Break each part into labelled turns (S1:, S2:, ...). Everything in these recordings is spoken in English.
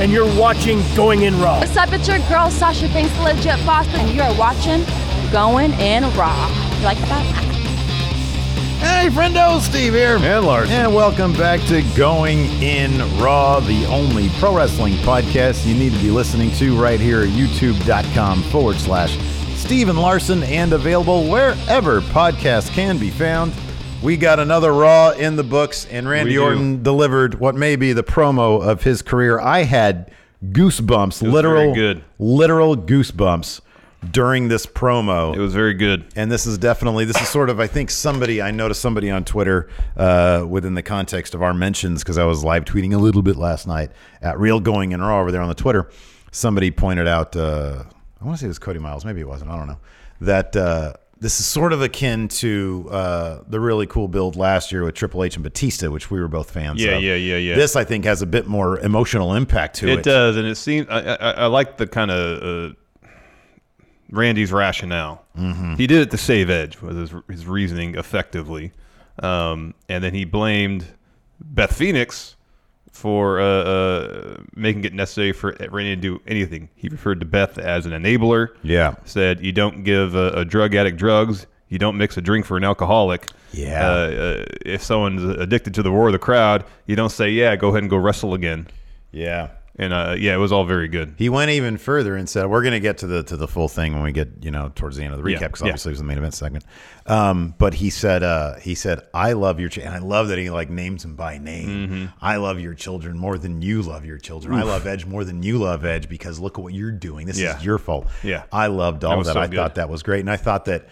S1: and you're watching Going In Raw.
S2: What's up? It's your girl Sasha Thanks the Legit Boss, and you are watching Going in Raw. You like that?
S3: Hey, friendo, Steve here.
S4: And Lars.
S3: And welcome back to Going In Raw, the only pro wrestling podcast you need to be listening to right here at youtube.com forward slash Steven Larson and available wherever podcasts can be found. We got another Raw in the books, and
S4: We
S3: Randy
S4: do.
S3: Orton delivered what may be the promo of his career. I had goosebumps,
S4: was
S3: literal,
S4: very good.
S3: literal goosebumps during this promo
S4: It was very good.
S3: and this is definitely this is sort of I think somebody I noticed somebody on Twitter uh, within the context of our mentions because I was live tweeting a little bit last night at Real Going and Raw over there on the Twitter. Somebody pointed out uh, I want to say it was Cody Miles, maybe it wasn't, I don't know that uh, this is sort of akin to uh, the really cool build last year with Triple H and Batista, which we were both fans.
S4: Yeah,
S3: of.
S4: yeah, yeah, yeah.
S3: This I think has a bit more emotional impact to it.
S4: It does, and it seems I, I, I like the kind of uh, Randy's rationale. Mm-hmm. He did it to save Edge with his, his reasoning effectively, um, and then he blamed Beth Phoenix for uh, uh, making it necessary for Randy to do anything. He referred to Beth as an enabler.
S3: Yeah.
S4: said you don't give a, a drug addict drugs. You don't mix a drink for an alcoholic.
S3: Yeah.
S4: Uh, uh, if someone's addicted to the roar of the crowd, you don't say, "Yeah, go ahead and go wrestle again."
S3: Yeah.
S4: And uh, yeah, it was all very good.
S3: He went even further and said, "We're going to get to the to the full thing when we get you know towards the end of the recap
S4: Yeah,
S3: because
S4: yeah.
S3: obviously it was the main event segment." Um, but he said, uh, "He said I love your ch-, and I love that he like names him by name.
S4: Mm-hmm.
S3: I love your children more than you love your children. I love Edge more than you love Edge because look at what you're doing. This
S4: Yeah.
S3: is your fault.
S4: Yeah.
S3: I loved all
S4: That
S3: that.
S4: was so
S3: I
S4: good.
S3: thought that was great, and I thought that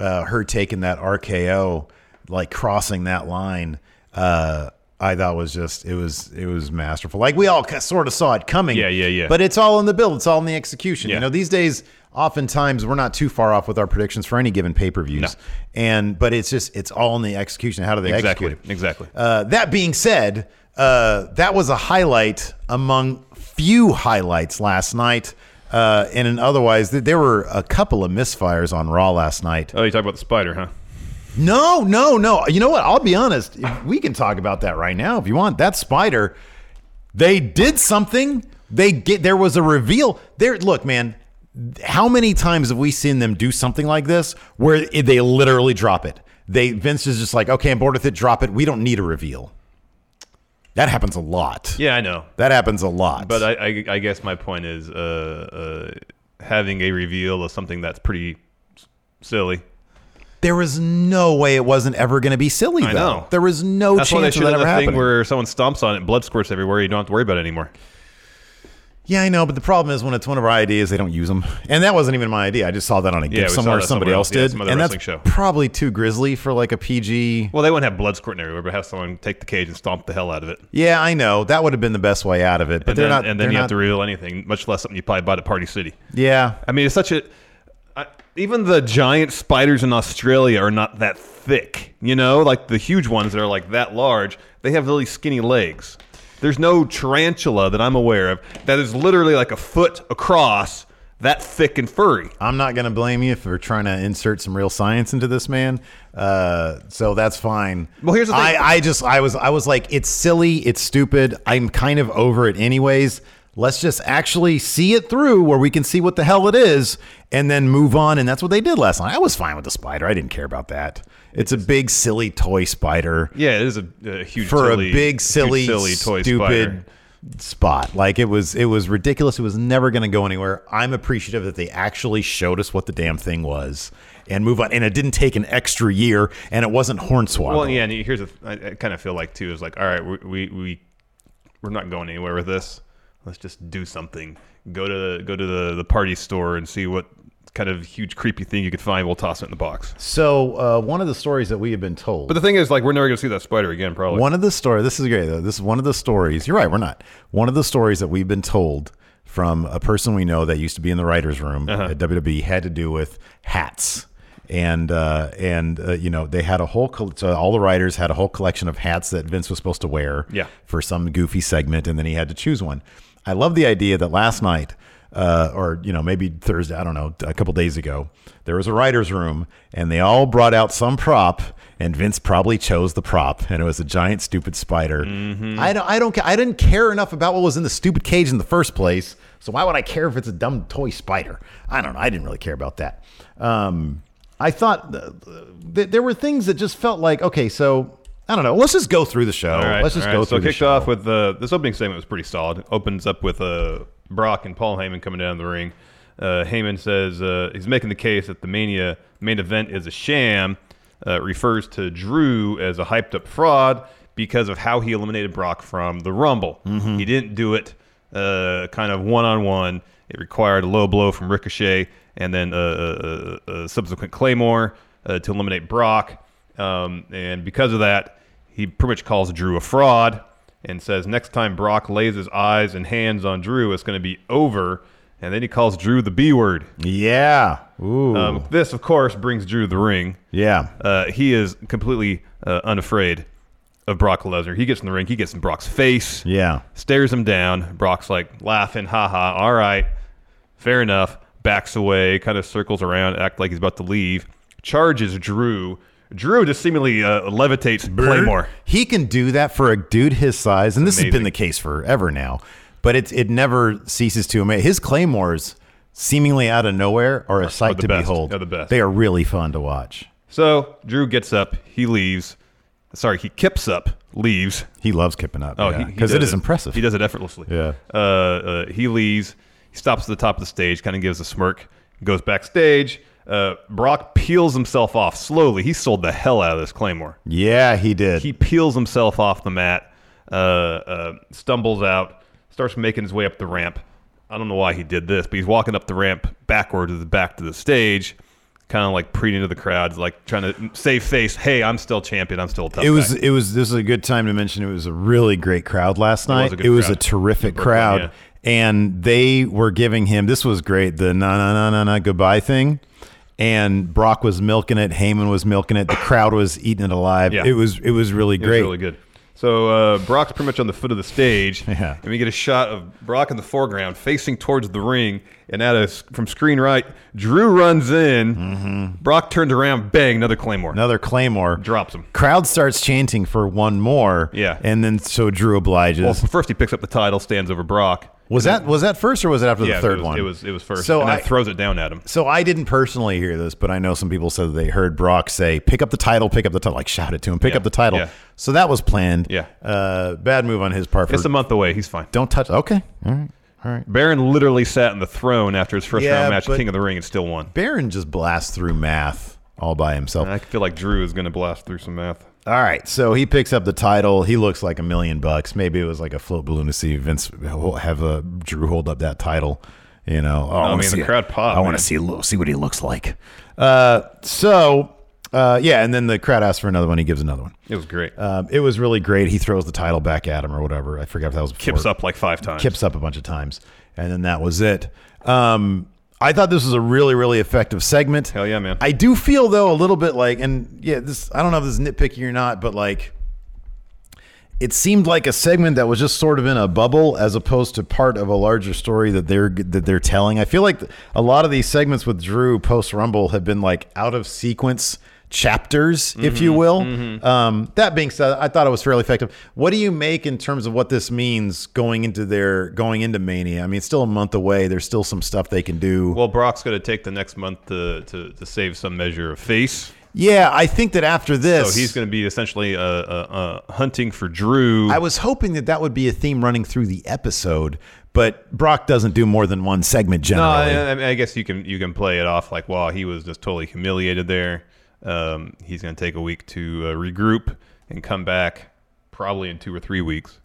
S3: uh, her taking that RKO, like crossing that line." Uh, I thought was just it was it was masterful. Like we all sort of saw it coming.
S4: Yeah, yeah, yeah.
S3: But but it's all in the build. It's all in the execution.
S4: Yeah.
S3: You know, these days, oftentimes we're not too far off with our predictions for any given pay per views.
S4: No.
S3: And but it's just it's all in the execution. How do they
S4: Exactly.
S3: execute it?
S4: Exactly.
S3: Uh, that being said, uh, that was a highlight among few highlights last night. Uh, and in otherwise, th- there were a couple of misfires on Raw last night.
S4: oh, you talk about the spider, huh?
S3: No, no, no. You know what? I'll be honest. We can talk about that right now if you want. That spider, they did something. They get there was a reveal. There, look, man. How many times have we seen them do something like this where it- they literally drop it? They Vince is just like, okay, I'm bored with it. Drop it. We don't need a reveal. That happens a lot.
S4: Yeah, I know.
S3: That happens a lot.
S4: But I, I, I guess my point is uh, uh, having a reveal of something that's pretty s- silly.
S3: there was no way it wasn't ever going to be silly.
S4: I
S3: though.
S4: know.
S3: There was no
S4: that's why they
S3: chance of
S4: should
S3: that
S4: have
S3: ever
S4: a
S3: happening.
S4: thing where someone stomps on it, and blood squirts everywhere. You don't have to worry about it anymore.
S3: Yeah, I know, but the problem is when it's one of our ideas, they don't use them. And that wasn't even my idea. I just saw that on a
S4: Yeah, we
S3: gift
S4: saw
S3: somewhere
S4: that
S3: somebody
S4: somewhere
S3: else
S4: else. Yeah,
S3: did,
S4: some other
S3: and that's
S4: wrestling show.
S3: probably too grisly for like a PG.
S4: Well, they wouldn't have blood squirting everywhere, but have someone take the cage and stomp the hell out of it.
S3: Yeah, I know that would have been the best way out of it, but
S4: and
S3: they're
S4: then,
S3: not.
S4: and then
S3: they're
S4: you
S3: not,
S4: have to reveal anything, much less something you probably bought at Party City.
S3: yeah,
S4: I mean, it's such a. I, even the giant spiders in Australia are not that thick. You know, like the huge ones that are like that large, they have really skinny legs. There's no tarantula that I'm aware of that is literally like a foot across that thick and furry.
S3: I'm not going to blame you for trying to insert some real science into this, man. Uh, so that's fine.
S4: Well, here's the thing.
S3: I, I just, I was, I was like, it's silly, it's stupid. I'm kind of over it, anyways. Let's just actually see it through, where we can see what the hell it is, and then move on. And that's what they did last night. I was fine with the spider. I didn't care about that. It's a big, silly toy spider
S4: Yeah, it is a, a huge
S3: for
S4: silly,
S3: a big, silly,
S4: huge silly toy
S3: stupid
S4: spider.
S3: spot. Like it was, it was ridiculous. It was never going to go anywhere. I'm appreciative that they actually showed us what the damn thing was and move on. And it didn't take an extra year, and it wasn't Hornswoggle.
S4: Well, yeah, and here's a. I, I kind of feel like too is like, all right, we we we we're not going anywhere with this. Let's just do something. Go to go to the, the party store and see what kind of huge creepy thing you could find. We'll toss it in the box.
S3: So uh, one of the stories that we have been told.
S4: But the thing is, like, we're never gonna see that spider again, probably.
S3: One of the story. This is great though. This is one of the stories. You're right. We're not. One of the stories that we've been told from a person we know that used to be in the writers' room at WWE had to do with hats. And uh, and uh, you know they had a whole col- so all the writers had a whole collection of hats that Vince was supposed to wear
S4: Yeah.
S3: for some goofy segment, and then he had to choose one. I love the idea that last night, uh, or you know maybe Thursday, I don't know, a couple days ago, there was a writers' room, and they all brought out some prop, and Vince probably chose the prop, and it was a giant stupid spider. I don't, I don't, ca- I didn't care enough about what was in the stupid cage in the first place, so why would I care if it's a dumb toy spider? I don't know. I didn't really care about that. Um, I thought th- th- there were things that just felt like okay, so. I don't know. Let's just go through the show.
S4: All right,
S3: Let's just
S4: all right.
S3: go
S4: So
S3: through the
S4: kicked
S3: show.
S4: off with uh, this opening segment was pretty solid. It opens up with uh, Brock and Paul Heyman coming down the ring. Uh, Heyman says uh, he's making the case that the Mania main event is a sham. Uh, refers to Drew as a hyped up fraud because of how he eliminated Brock from the Rumble. He didn't do it uh, kind of one on one. It required a low blow from Ricochet and then a, uh uh uh subsequent Claymore uh, to eliminate Brock. Um, and because of that, he pretty much calls Drew a fraud and says next time Brock lays his eyes and hands on Drew, it's going to be over. And then he calls Drew the B word.
S3: Yeah. Ooh.
S4: Um, this, of course, brings Drew the ring.
S3: yeah.
S4: Uh, he is completely uh, unafraid of Brock Lesnar. He gets in the ring, he gets in Brock's face
S3: Yeah.
S4: stares him down. Brock's like laughing, haha, all right, fair enough. Backs away, kind of circles around, act like he's about to leave. Charges Drew. Drew just seemingly uh, levitates Claymore.
S3: He can do that for a dude his size, and this has been
S4: Amazing.
S3: the case forever now. But it's it never ceases to amaze. His claymores, seemingly out of nowhere, are a sight
S4: the
S3: to
S4: best.
S3: behold.
S4: They're the best.
S3: They are really fun to watch.
S4: So Drew gets up, he leaves. Sorry, he kips up, leaves.
S3: He loves kipping up.
S4: Oh,
S3: yeah,
S4: he- he
S3: it
S4: does
S3: is impressive.
S4: He does it effortlessly.
S3: Yeah.
S4: Uh, uh, he leaves. He stops at the top of the stage, kind of gives a smirk, goes backstage. Uh, Brock peels himself off slowly. He sold the hell out of this Claymore.
S3: Yeah, he did.
S4: he peels himself off the mat, uh, uh, stumbles out, starts making his way up the ramp. I don't know why he did this, but he's walking up the ramp backward to the back to the stage, kind of like preening to the crowds, like trying to save face. Hey, I'm still champion. I'm still a tough.
S3: it was
S4: guy."
S3: it was this is a good time to mention it was a really great crowd last night.
S4: a good crowd.
S3: a terrific
S4: Brooklyn,
S3: crowd.
S4: yeah.
S3: And they were giving him this was great, the na na na na na goodbye thing. And Brock was milking it, Heyman was milking it, the crowd was eating it alive.
S4: Yeah.
S3: It was it was really
S4: It was
S3: great.
S4: really good. So uh, Brock's pretty much on the foot of the stage,
S3: Yeah.
S4: and we get a shot of Brock in the foreground, facing towards the ring, and out of from screen right, Drew runs in.
S3: Mm-hmm.
S4: Brock turns around, bang, another claymore,
S3: Another Claymore.
S4: drops him.
S3: Crowd starts chanting for one more.
S4: Yeah.
S3: And then so Drew obliges.
S4: Well, first he picks up the title, stands over Brock.
S3: was that was that first or was it after
S4: Yeah,
S3: the third
S4: it was,
S3: one?
S4: It was it was first.
S3: So
S4: and
S3: I,
S4: then throws it down at him.
S3: So I didn't personally hear this, but I know some people said that they heard Brock say, "Pick up the title, pick up the title," like shout it to him, "Pick
S4: Yeah,
S3: up the title."
S4: yeah.
S3: So that was planned.
S4: Yeah.
S3: Uh, bad move on his part. For,
S4: It's a month away. He's fine.
S3: don't touch. Okay. All right.
S4: Baron literally sat on the throne after his first
S3: Yeah,
S4: round match,
S3: but-
S4: at King of the Ring, and still won.
S3: Baron just blasts through math all by himself.
S4: I feel like Drew is going to blast through some math.
S3: All right, so he picks up the title. He looks like a million bucks. Maybe it was like a float balloon to see Vince have a Drew hold up that title. You know, oh, I, wanna
S4: mean, the
S3: see
S4: crowd popped,
S3: I want
S4: man.
S3: to see lo- see what he looks like. Uh, so uh, yeah, and then the crowd asks for another one. He gives another one.
S4: It was great.
S3: Um, it was really great. He throws the title back at him or whatever. I forgot if that was before.
S4: Kips up like five times.
S3: Kips up a bunch of times, and then that was it. Um, I thought this was a really, really effective segment.
S4: Hell yeah, man.
S3: I do feel though a little bit like, and yeah, this I don't know if this is nitpicky or not, but like it seemed like a segment that was just sort of in a bubble as opposed to part of a larger story that they're that they're telling. I feel like a lot of these segments with Drew post Rumble have been like out of sequence chapters,
S4: Mm-hmm,
S3: if you will. Um, that being said, I thought it was fairly effective. What do you make in terms of what this means going into their going into Mania? I mean, it's still a month away. There's still some stuff they can do.
S4: Well, Brock's going to take the next month to, to, to save some measure of face.
S3: yeah, I think that after this,
S4: So he's going to be essentially uh, uh, uh, hunting for Drew.
S3: I was hoping that that would be a theme running through the episode, but Brock doesn't do more than one segment
S4: no,
S3: generally.
S4: I, I, mean, I guess you can you can play it off like, wow, he was just totally humiliated there. Um, he's going to take a week to uh, regroup and come back probably in two or three weeks.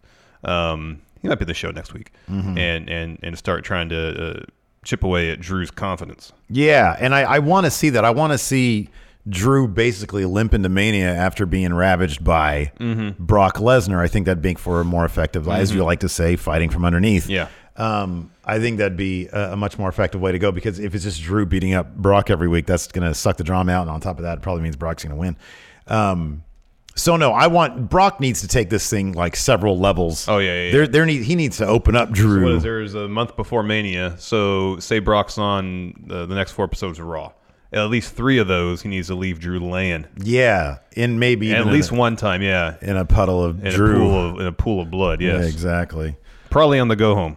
S4: Um, he might be at the show next week
S3: Mm-hmm.
S4: and, and and start trying to uh, chip away at Drew's confidence.
S3: Yeah, and I, I want to see that. I want to see Drew basically limp into mania after being ravaged by
S4: Mm-hmm.
S3: Brock Lesnar. I think that'd make for a more effective, as you like to say, fighting from underneath.
S4: Yeah.
S3: Um, I think that'd be a, a much more effective way to go because if it's just Drew beating up Brock every week, that's going to suck the drama out. And on top of that, it probably means Brock's going to win. Um, so no, I want Brock needs to take this thing like several levels.
S4: Oh, yeah, yeah, yeah.
S3: There, there need, he needs to open up Drew.
S4: What is there's a month before Mania, so say Brock's on uh, the, the next four episodes of Raw. At least three of those, he needs to leave Drew laying.
S3: Yeah, and maybe
S4: At
S3: even in
S4: least
S3: a-
S4: one time, yeah.
S3: in a puddle of
S4: In
S3: Drew.
S4: a pool of in a pool of blood, yes.
S3: Yeah, exactly.
S4: Probably on the go home.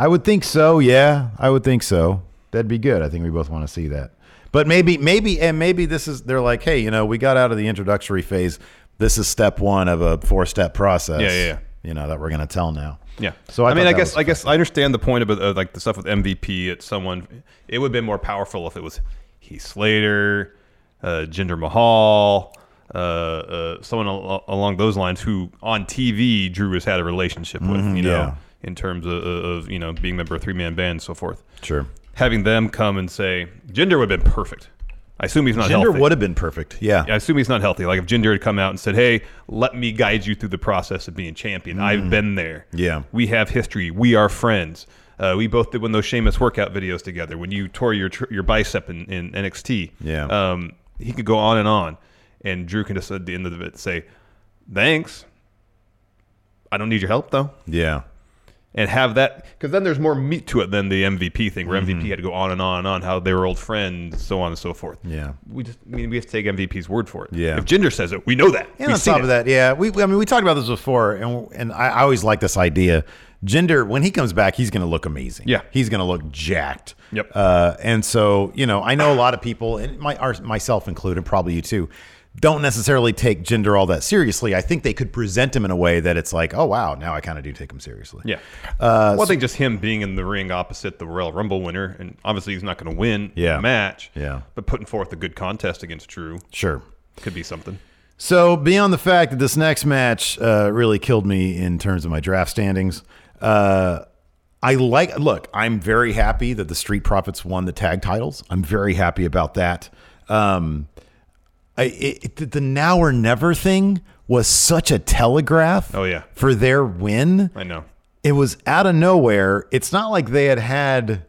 S3: I would think so. Yeah, I would think so. That'd be good. I think we both want to see that. But maybe, maybe, and maybe this is they're like, hey, you know, we got out of the introductory phase. This is step one of a four step process.
S4: Yeah, yeah, yeah.
S3: You know that we're gonna tell now.
S4: Yeah.
S3: So
S4: So
S3: I
S4: I, mean,
S3: thought
S4: I
S3: that
S4: guess
S3: was
S4: I guess I understand the point about uh, like the stuff with MVP. It's someone. It would have been more powerful if it was Heath Slater, uh, Jinder Mahal, uh, uh, someone al- along those lines who on TV Drew has had a relationship with. you know,
S3: Mm-hmm, yeah.
S4: in terms of, of you know being a member of three man band and so forth.
S3: Sure.
S4: Having them come and say Jinder would have been perfect. I assume he's not
S3: Gender
S4: healthy.
S3: would have been perfect. Yeah.
S4: I assume he's not healthy. Like if Jinder had come out and said, "Hey, let me guide you through the process of being champion. I've been there.
S3: Mm. Yeah.
S4: we have history. We are friends. Uh, we both did one of those Sheamus workout videos together when you tore your tr- your bicep in, in NXT.
S3: Yeah.
S4: um, he could go on and on, and Drew can just at the end of it say, "Thanks, I don't need your help though."
S3: Yeah.
S4: and have that because then there's more meat to it than the MVP thing, where
S3: Mm-hmm.
S4: MVP had to go on and on and on how they were old friends, so on and so forth.
S3: Yeah.
S4: we just I mean we have to take MVP's word for it.
S3: Yeah.
S4: if Ginger says it, we know that.
S3: And
S4: We've
S3: on
S4: seen
S3: top of
S4: it.
S3: that, yeah, we, we- I mean, we talked about this before, and and I, I always like this idea. Gender, when he comes back, he's going to look amazing.
S4: Yeah.
S3: he's going to look jacked.
S4: Yep.
S3: Uh, and so, you know, I know a lot of people, and my our, myself included, probably you too, don't necessarily take gender all that seriously. I think they could present him in a way that it's like, oh wow, now I kind of do take him seriously. Uh,
S4: yeah. well, I think just him being in the ring opposite the Royal Rumble winner, and obviously he's not going to win
S3: Yeah.
S4: the match.
S3: Yeah.
S4: but putting forth a good contest against Drew
S3: sure.
S4: could be something.
S3: So beyond the fact that this next match uh, really killed me in terms of my draft standings, uh, I like. Look, I'm very happy that the Street Profits won the tag titles. I'm very happy about that. Um, I, it, it- the now or never thing was such a telegraph.
S4: Oh, yeah.
S3: for their win,
S4: I know.
S3: it was out of nowhere. It's not like they had had.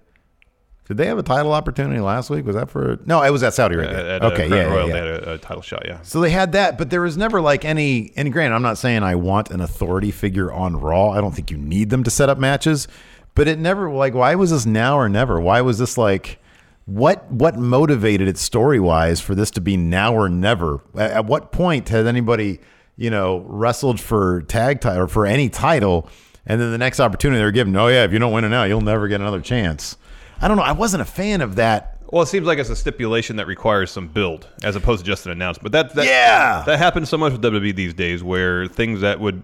S3: Did they have a title opportunity last week? Was that for no? It was at Saudi Arabia.
S4: At, at, uh,
S3: okay,
S4: Crown
S3: yeah, yeah,
S4: Royal,
S3: yeah.
S4: they had a, a title shot. Yeah,
S3: So they had that, but there was never like any. And granted, I'm not saying I want an authority figure on Raw. I don't think you need them to set up matches, but it never like why was this now or never? Why was this like what what motivated it story wise for this to be now or never? At, at what point has anybody you know wrestled for tag title or for any title, and then the next opportunity they're given? Oh yeah, if you don't win it now, you'll never get another chance. I don't know. I wasn't a fan of that.
S4: Well, it seems like it's a stipulation that requires some build as opposed to just an announcement. That, that
S3: Yeah!
S4: that happens so much with WWE these days, where things that would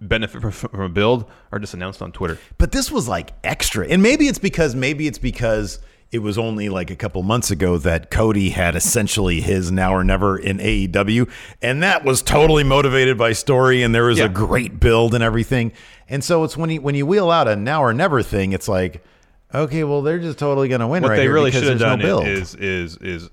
S4: benefit from, from a build are just announced on Twitter.
S3: but this was like extra and maybe it's because maybe it's because it was only like a couple months ago that Cody had essentially his now or never in AEW and that was totally motivated by story and there was
S4: Yeah.
S3: a great build and everything and so it's when you when you wheel out a now or never thing it's like okay well they're just totally going to win
S4: What
S3: right
S4: they
S3: here
S4: really
S3: because
S4: should have
S3: there's
S4: done
S3: no build.
S4: is is is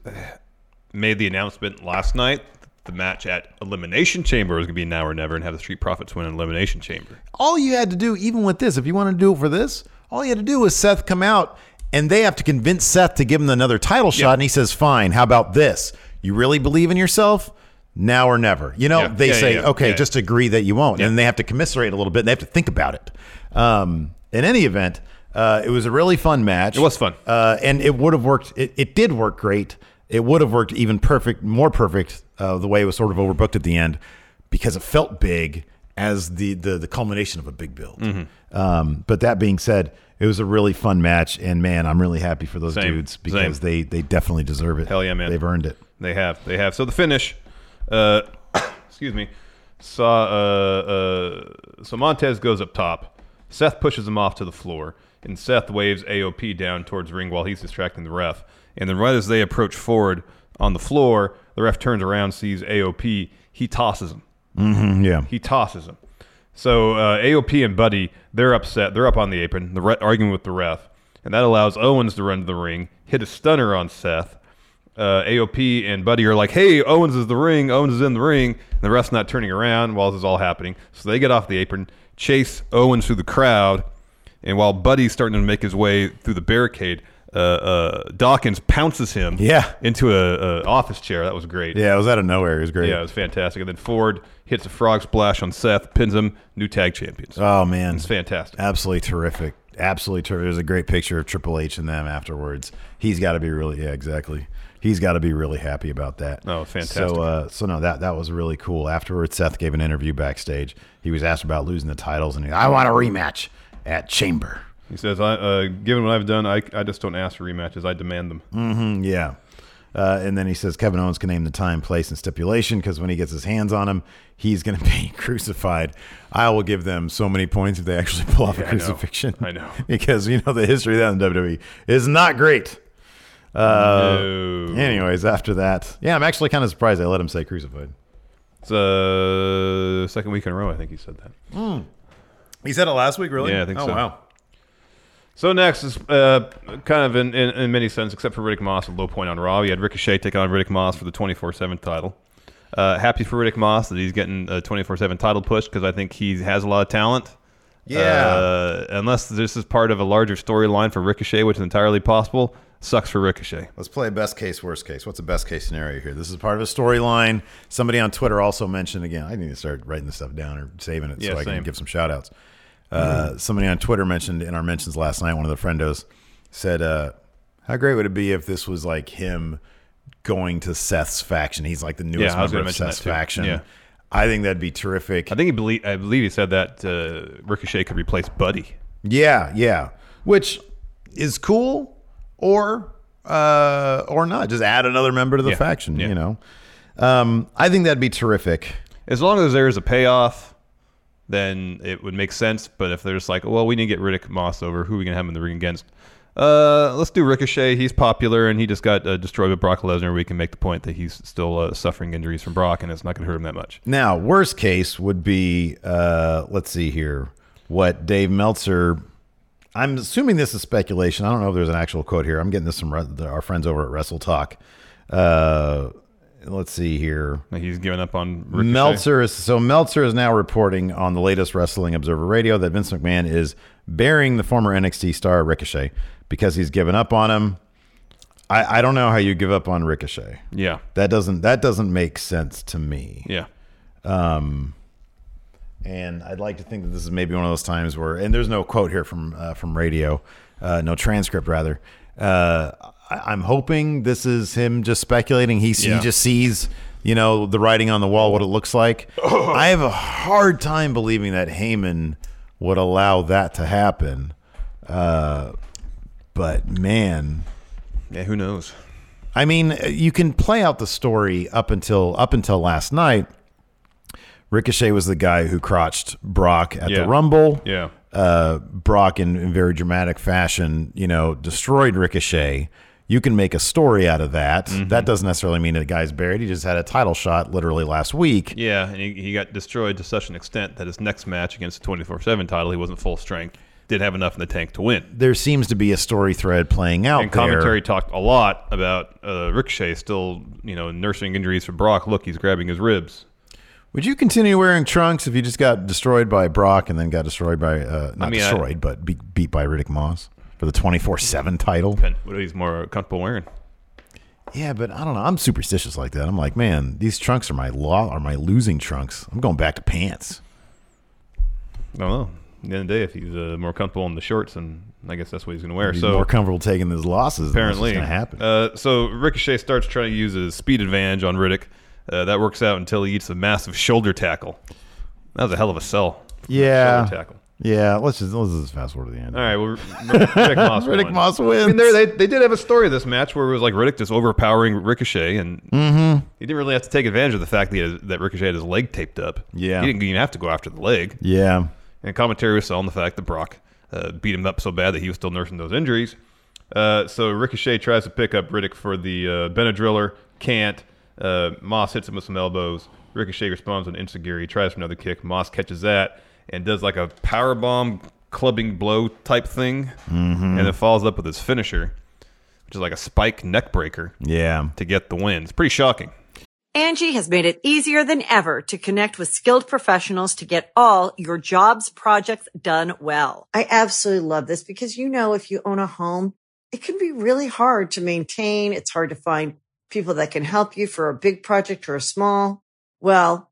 S4: made the announcement last night. The match at Elimination Chamber was going to be now or never, and have the Street Profits win in Elimination Chamber.
S3: all you had to do, even with this, if you want to do it for this, all you had to do was Seth come out and they have to convince Seth to give him another title shot. And he says, fine, how about this? You really believe in yourself? now or never. You know,
S4: Yeah.
S3: they
S4: Yeah,
S3: say,
S4: yeah, yeah.
S3: okay,
S4: Yeah.
S3: just agree that you won't. And they have to commiserate a little bit. And they have to think about it. Um, in any event, uh, it was a really fun match.
S4: It was fun.
S3: Uh, and it would have worked. It, it did work great. It would have worked even perfect, more perfect, uh, the way it was sort of overbooked at the end because it felt big as the, the, the culmination of a big build.
S4: Mm-hmm.
S3: Um, but that being said, it was a really fun match. And man, I'm really happy for those
S4: Same.
S3: dudes because
S4: Same.
S3: they, they definitely deserve it.
S4: Hell yeah, man.
S3: They've earned it.
S4: They have. They have. So the finish, uh, excuse me, saw. Uh, uh, so Montez goes up top. Seth pushes him off to the floor, and Seth waves AOP down towards ring while he's distracting the ref. And then right as they approach forward on the floor, the ref turns around, sees AOP. He tosses him.
S3: Yeah.
S4: He tosses him. So uh, AOP and Buddy, they're upset. They're up on the apron, the re- arguing with the ref, and that allows Owens to run to the ring, hit a stunner on Seth. Uh, AOP and Buddy are like, "Hey, Owens is the ring. Owens is in the ring." And the ref's not turning around while this is all happening, so they get off the apron, chase Owens through the crowd, and while Buddy's starting to make his way through the barricade, uh, uh, Dawkins pounces him
S3: Yeah.
S4: into a, a office chair. That was great.
S3: Yeah, it was out of nowhere. It was great.
S4: Yeah, it was fantastic. And then Ford hits a frog splash on Seth, pins him, new tag champions.
S3: Oh man,
S4: it's fantastic.
S3: Absolutely terrific. Absolutely terrific. There's a great picture of Triple H and them afterwards. He's got to be really yeah, exactly. He's got to be really happy about that.
S4: Oh, fantastic.
S3: So, uh, so no, that that was really cool. Afterwards, Seth gave an interview backstage. He was asked about losing the titles, and he, I want a rematch at Chamber.
S4: He says, I, uh, given what I've done, I, I just don't ask for rematches. I demand them.
S3: Yeah. Uh, and then he says Kevin Owens can name the time, place, and stipulation because when he gets his hands on him, he's going to be crucified. I will give them so many points if they actually pull off a
S4: I know.
S3: crucifixion.
S4: I know.
S3: because you know the history of that in WWE is not great. Uh,
S4: No.
S3: Anyways, after that, yeah, I'm actually kind of surprised I let him say crucified.
S4: It's uh, second week in a row, I think he said that.
S3: He said it last week, really?
S4: Yeah, I think
S3: oh,
S4: so. Uh,
S3: wow.
S4: So next is uh, kind of in, in, in many sense, except for Riddick Moss, a low point on Raw. We had Ricochet take on Riddick Moss for the 24-7 title. Uh, happy for Riddick Moss that he's getting a 24-7 title push because I think he has a lot of talent.
S3: Yeah.
S4: Uh, unless this is part of a larger storyline for Ricochet, which is entirely possible, sucks for Ricochet.
S3: Let's play best case, worst case. What's the best case scenario here? This is part of a storyline. Somebody on Twitter also mentioned again. I need to start writing this stuff down or saving it so
S4: Yeah,
S3: I can
S4: same. Mm-hmm.
S3: give some shout outs. Uh, Somebody on Twitter mentioned in our mentions last night, one of the friendos said, uh, How great would it be if this was like him going to Seth's faction? He's like the newest
S4: I
S3: member
S4: was gonna
S3: of
S4: mention
S3: Seth's
S4: that too.
S3: faction.
S4: Yeah.
S3: I think that'd be terrific.
S4: I think he believe I believe he said that uh, Ricochet could replace Buddy.
S3: Yeah, yeah. Which is cool or uh or not. Just add another member to the
S4: Yeah,
S3: faction,
S4: yeah.
S3: you know. Um I think that'd be terrific.
S4: As long as there is a payoff, then it would make sense. But if they're just like, well, we need to get Riddick Moss over, who are we gonna have in the ring against? Uh, let's do Ricochet. He's popular, and he just got uh, destroyed with Brock Lesnar. We can make the point that he's still uh, suffering injuries from Brock, and it's not gonna hurt him that much.
S3: Now, worst case would be uh let's see here. What Dave Meltzer I'm assuming this is speculation. I don't know if there's an actual quote here. I'm getting this from re- our friends over at Wrestle Talk. Uh let's see here.
S4: Like, He's giving up on Ricochet.
S3: Meltzer is so Meltzer is now reporting on the latest Wrestling Observer Radio that Vince McMahon is burying the former NXT star Ricochet because he's given up on him. I, I don't know how you give up on Ricochet.
S4: Yeah,
S3: That doesn't that doesn't make sense to me.
S4: yeah.
S3: And I'd like to think that this is maybe one of those times where, and there's no quote here from uh, from radio, uh, no transcript rather. Uh, I, I'm hoping this is him just speculating. He he
S4: Yeah.
S3: just sees you know the writing on the wall, what it looks like. I have a hard time believing that Heyman would allow that to happen. Uh, but man,
S4: Yeah, who knows?
S3: I mean, you can play out the story up until up until last night. Ricochet was the guy who crotched Brock at
S4: Yeah.
S3: the Rumble.
S4: Yeah.
S3: Uh, Brock, in, in very dramatic fashion, you know, destroyed Ricochet. You can make a story out of that.
S4: Mm-hmm.
S3: That doesn't necessarily mean that the guy's buried. He just had a title shot literally last week.
S4: Yeah, and he, he got destroyed to such an extent that his next match against the 24 7 title, he wasn't full strength, didn't have enough in the tank to win.
S3: There seems to be a story thread playing out
S4: And
S3: there.
S4: commentary talked a lot about uh, Ricochet still, you know, nursing injuries for Brock. Look, he's grabbing his ribs.
S3: Would you continue wearing trunks if you just got destroyed by Brock and then got destroyed by uh, not
S4: mean, I-
S3: destroyed, but be, beat by Riddick Moss for the twenty four seven title?
S4: And what he's more comfortable wearing.
S3: Yeah, but I don't know. I'm superstitious like that. I'm like, man, these trunks are my law are my losing trunks. I'm going back to pants.
S4: I don't know. At the end of the day, if he's uh, more comfortable in the shorts, then I guess that's what he's going to wear.
S3: He's
S4: so
S3: more comfortable taking those losses. than what's
S4: apparently
S3: going to happen.
S4: Uh, so Ricochet starts trying to use his speed advantage on Riddick. Uh, that works out until he eats a massive shoulder tackle. That was a hell of a sell.
S3: yeah,
S4: Shoulder tackle.
S3: yeah. Let's just let's just fast forward to the end.
S4: All right, well, Riddick Moss.
S3: Riddick
S4: won.
S3: Moss wins.
S4: I mean, there they, they did have a story of this match where it was like Riddick just overpowering Ricochet, and
S3: Mm-hmm.
S4: he didn't really have to take advantage of the fact that, he had, that Ricochet had his leg taped up.
S3: Yeah.
S4: he didn't even have to go after the leg.
S3: yeah,
S4: And commentary was selling the fact that Brock uh, beat him up so bad that he was still nursing those injuries. Uh, so Ricochet tries to pick up Riddick for the uh, Benadryller, can't. Uh, Moss hits him with some elbows. Ricochet responds with an insiguri, tries for another kick. Moss catches that and does like a power bomb clubbing blow type thing, and then follows up with his finisher, which is like a spike neck breaker
S3: yeah.
S4: to get the win. It's pretty shocking.
S5: Angie has made it easier than ever to connect with skilled professionals to get all your jobs projects done well. I absolutely love this because, you know, if you own a home, it can be really hard to maintain. It's hard to find people that can help you for a big project or a small. Well,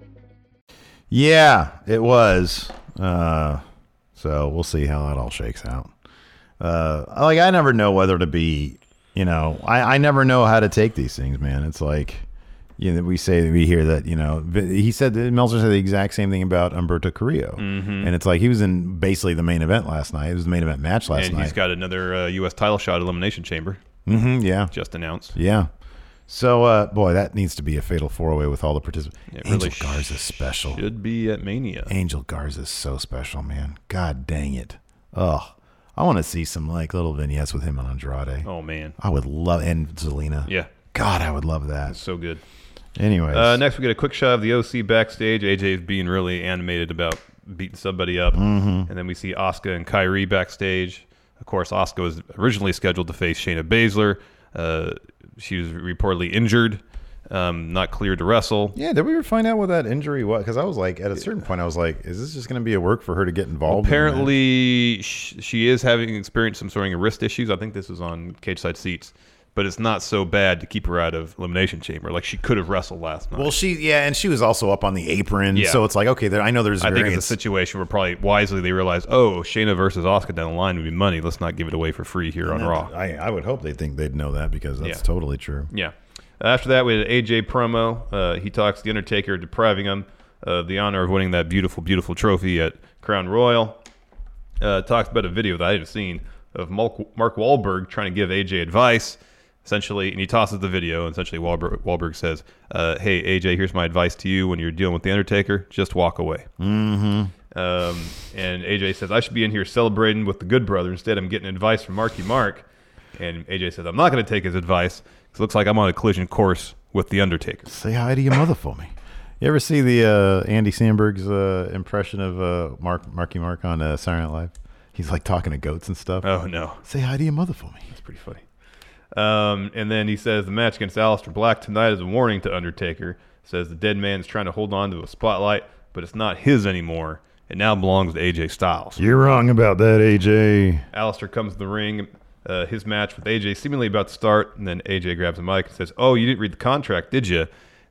S3: Yeah, it was. Uh, so we'll see how that all shakes out. Uh, like I never know whether to be, you know, I, I never know how to take these things, man. It's like, you know, we say we hear that, you know, but he said that Meltzer said the exact same thing about Umberto Carrillo,
S4: Mm-hmm.
S3: and it's like he was in basically the main event last night. It was the main event match last
S4: and
S3: night.
S4: he's got another uh, U.S. title shot at Elimination Chamber
S3: hmm yeah,
S4: just announced.
S3: yeah. So, uh, boy, that needs to be a fatal four way with all the participants.
S4: It
S3: Angel
S4: really
S3: Garza's special.
S4: Should be at Mania.
S3: Angel Garza's so special, man. God dang it. Ugh. I want to see some like little vignettes with him and Andrade.
S4: Oh man,
S3: I would love and Zelina.
S4: yeah,
S3: God, I would love that.
S4: so good.
S3: Anyways.
S4: Uh, next, we get a quick shot of the OC backstage. AJ is being really animated about beating somebody up,
S3: Mm-hmm.
S4: and then we see Oscar and Kyrie backstage. Of course, Oscar was originally scheduled to face Shayna Baszler. Uh, she was reportedly injured, um, not cleared to wrestle.
S3: yeah, did we ever find out what that injury was? Because I was like, at a certain point, I was like, is this just going to be a work for her to get involved? in that?
S4: Apparently, sh- she is having experienced some sort of wrist issues. I think this was on cage side seats, but it's not so bad to keep her out of elimination chamber. Like she could have wrestled last night.
S3: Well, she yeah, and she was also up on the apron,
S4: Yeah.
S3: so it's like okay, there, I know there's.
S4: I think it's a
S3: variance.
S4: situation where probably wisely they realized, oh, Shayna versus Oscar down the line would be money. Let's not give it away for free here on Raw.
S3: I, I would hope they think they'd know that because that's
S4: Yeah.
S3: totally true.
S4: yeah. After that, we had an AJ promo. Uh, he talks the Undertaker depriving him of the honor of winning that beautiful, beautiful trophy at Crown Royal. Uh, talks about a video that I had seen of Mark, Mark Wahlberg trying to give AJ advice, essentially, and he tosses the video. And essentially, Wahlberg, Wahlberg says, uh, "Hey AJ, here's my advice to you when you're dealing with the Undertaker: just walk away." Um, and AJ says, I should be in here celebrating with the good brother. Instead, I'm getting advice from Marky Mark. And AJ says, I'm not going to take his advice 'cause it looks like I'm on a collision course with The Undertaker.
S3: Say hi to your mother for me. You ever see the uh, Andy Sandberg's uh, impression of uh, Mark Marky Mark on uh, Saturday Night Live? He's like talking to goats and stuff.
S4: Oh, no.
S3: Say hi to your mother for me.
S4: That's pretty funny. Um, and then he says, The match against Aleister Black tonight is a warning to Undertaker. Says the dead man is trying to hold on to a spotlight, but it's not his anymore. It now belongs to AJ Styles.
S3: You're wrong about that, AJ.
S4: Alistair comes to the ring. Uh, his match with AJ seemingly about to start, and then AJ grabs a mic and says, "Oh, you didn't read the contract, did you?" It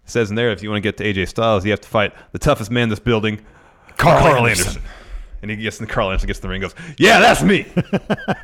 S4: says in there, if you want to get to AJ Styles, you have to fight the toughest man in this building, Carl, Anderson. And he gets in the Carl Anderson gets in the ring, and goes, "Yeah, that's me."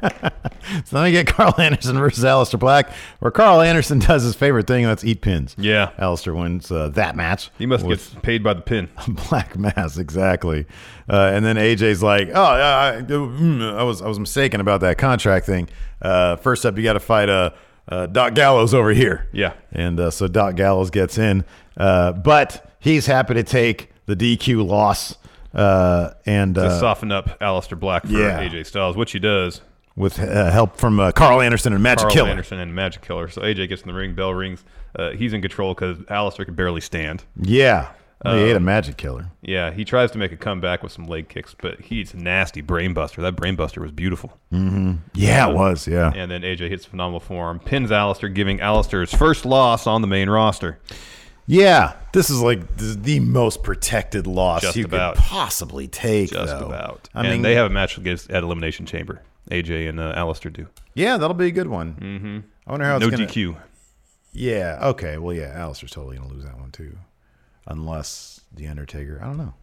S3: So then we get Carl Anderson versus Alistair Black, where Carl Anderson does his favorite thing, and that's eat pins.
S4: Yeah.
S3: Alistair wins uh, that match.
S4: he must
S3: with
S4: get paid by the pin.
S3: Black Mass, exactly. Uh, and then AJ's like, "Oh, I, I, mm, I was I was mistaken about that contract thing. Uh, first up, you got to fight uh, uh, Doc Gallows over here."
S4: Yeah.
S3: and uh, so Doc Gallows gets in, uh, but he's happy to take the DQ loss. Uh, and
S4: To
S3: uh,
S4: soften up Alistair Black for
S3: yeah.
S4: AJ Styles, which he does.
S3: with uh, help from uh, Carl Anderson and Magic
S4: Carl
S3: Killer,
S4: Anderson and Magic Killer. So AJ gets in the ring, bell rings. Uh, he's in control because Alistair can barely stand.
S3: yeah,
S4: Uh,
S3: he ate a Magic Killer.
S4: Yeah, he tries to make a comeback with some leg kicks, but he's a nasty brainbuster. That brainbuster was beautiful. uh,
S3: Yeah, it was. Yeah,
S4: And then AJ hits phenomenal form, pins Alistair, giving Alistair his first loss on the main roster.
S3: Yeah, this is like this is the most protected loss
S4: Just
S3: you
S4: about.
S3: could possibly take.
S4: Just
S3: though.
S4: about.
S3: I
S4: and
S3: mean,
S4: they have a match against at Elimination Chamber. AJ and uh, Alistair do.
S3: yeah, that'll be a good one. Mm-hmm. I wonder how it's
S4: No
S3: gonna.
S4: DQ.
S3: Yeah. Okay. Well, yeah, Alistair's totally gonna lose that one too, unless the Undertaker. I don't know.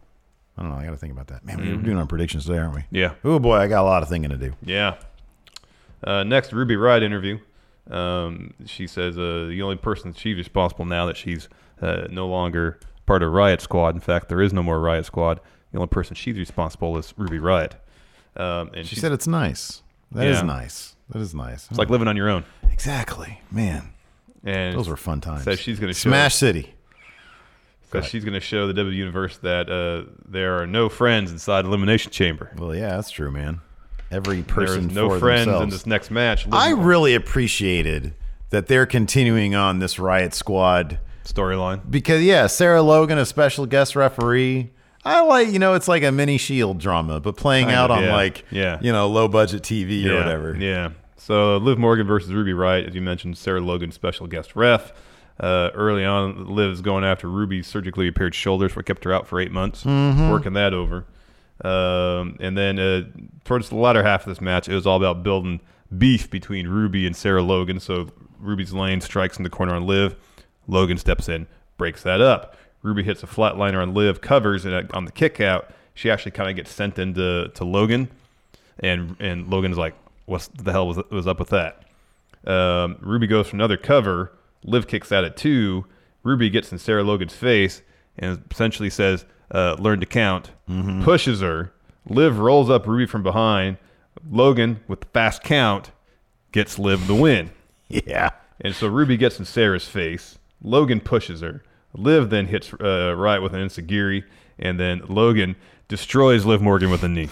S3: I don't know. I got to think about that. Man, we're
S4: Mm-hmm.
S3: doing our predictions today, aren't we?
S4: Yeah.
S3: Oh boy, I got a lot of thinking to do.
S4: Yeah. Uh, next, Ruby Wright interview. Um, she says uh, the only person she's responsible now that she's uh, no longer part of Riot Squad. In fact, there is no more Riot Squad. The only person she's responsible is Ruby Riot. Um, and
S3: She
S4: she's-
S3: said it's nice. That is
S4: Yeah.
S3: nice. That is nice.
S4: it's like living on your own.
S3: exactly, man.
S4: And
S3: Those were fun times.
S4: Says she's going to
S3: smash City.
S4: Because she's going to show the W universe that uh, there are no friends inside Elimination Chamber.
S3: Well, yeah, that's true, man. Every
S4: There
S3: person
S4: is no
S3: for
S4: friends in
S3: themselves.
S4: this next match.
S3: I
S4: Listen-
S3: really appreciated that they're continuing on this Riot Squad
S4: storyline.
S3: because yeah, Sarah Logan, a special guest referee. I like you know it's like a mini Shield E drama, but playing
S4: Kind
S3: out
S4: of,
S3: on
S4: yeah.
S3: like
S4: Yeah.
S3: you know low budget TV or whatever.
S4: Yeah. So Liv Morgan versus Ruby Wright, as you mentioned, Sarah Logan, special guest ref. Uh, early on, Liv's going after Ruby's surgically repaired shoulders, what kept her out for eight months,
S3: Mm-hmm.
S4: working that over. Um, and then uh, towards the latter half of this match, it was all about building beef between Ruby and Sarah Logan. So Ruby's lane strikes in the corner on Liv. Logan steps in, breaks that up. Ruby hits a flatliner on Liv, covers, and on the kick out, she actually kind of gets sent into to Logan and and Logan's like, "What's the hell was was up with that?" Um, Ruby goes for another cover. Liv kicks out at two. Ruby gets in Sarah Logan's face and essentially says, uh, "Learn to count." Pushes her. Liv rolls up Ruby from behind. Logan with the fast count gets Liv the win.
S3: Yeah.
S4: And so Ruby gets in Sarah's face. Logan pushes her. Liv then hits uh, Riot with an insigiri, and then Logan destroys Liv Morgan with a knee.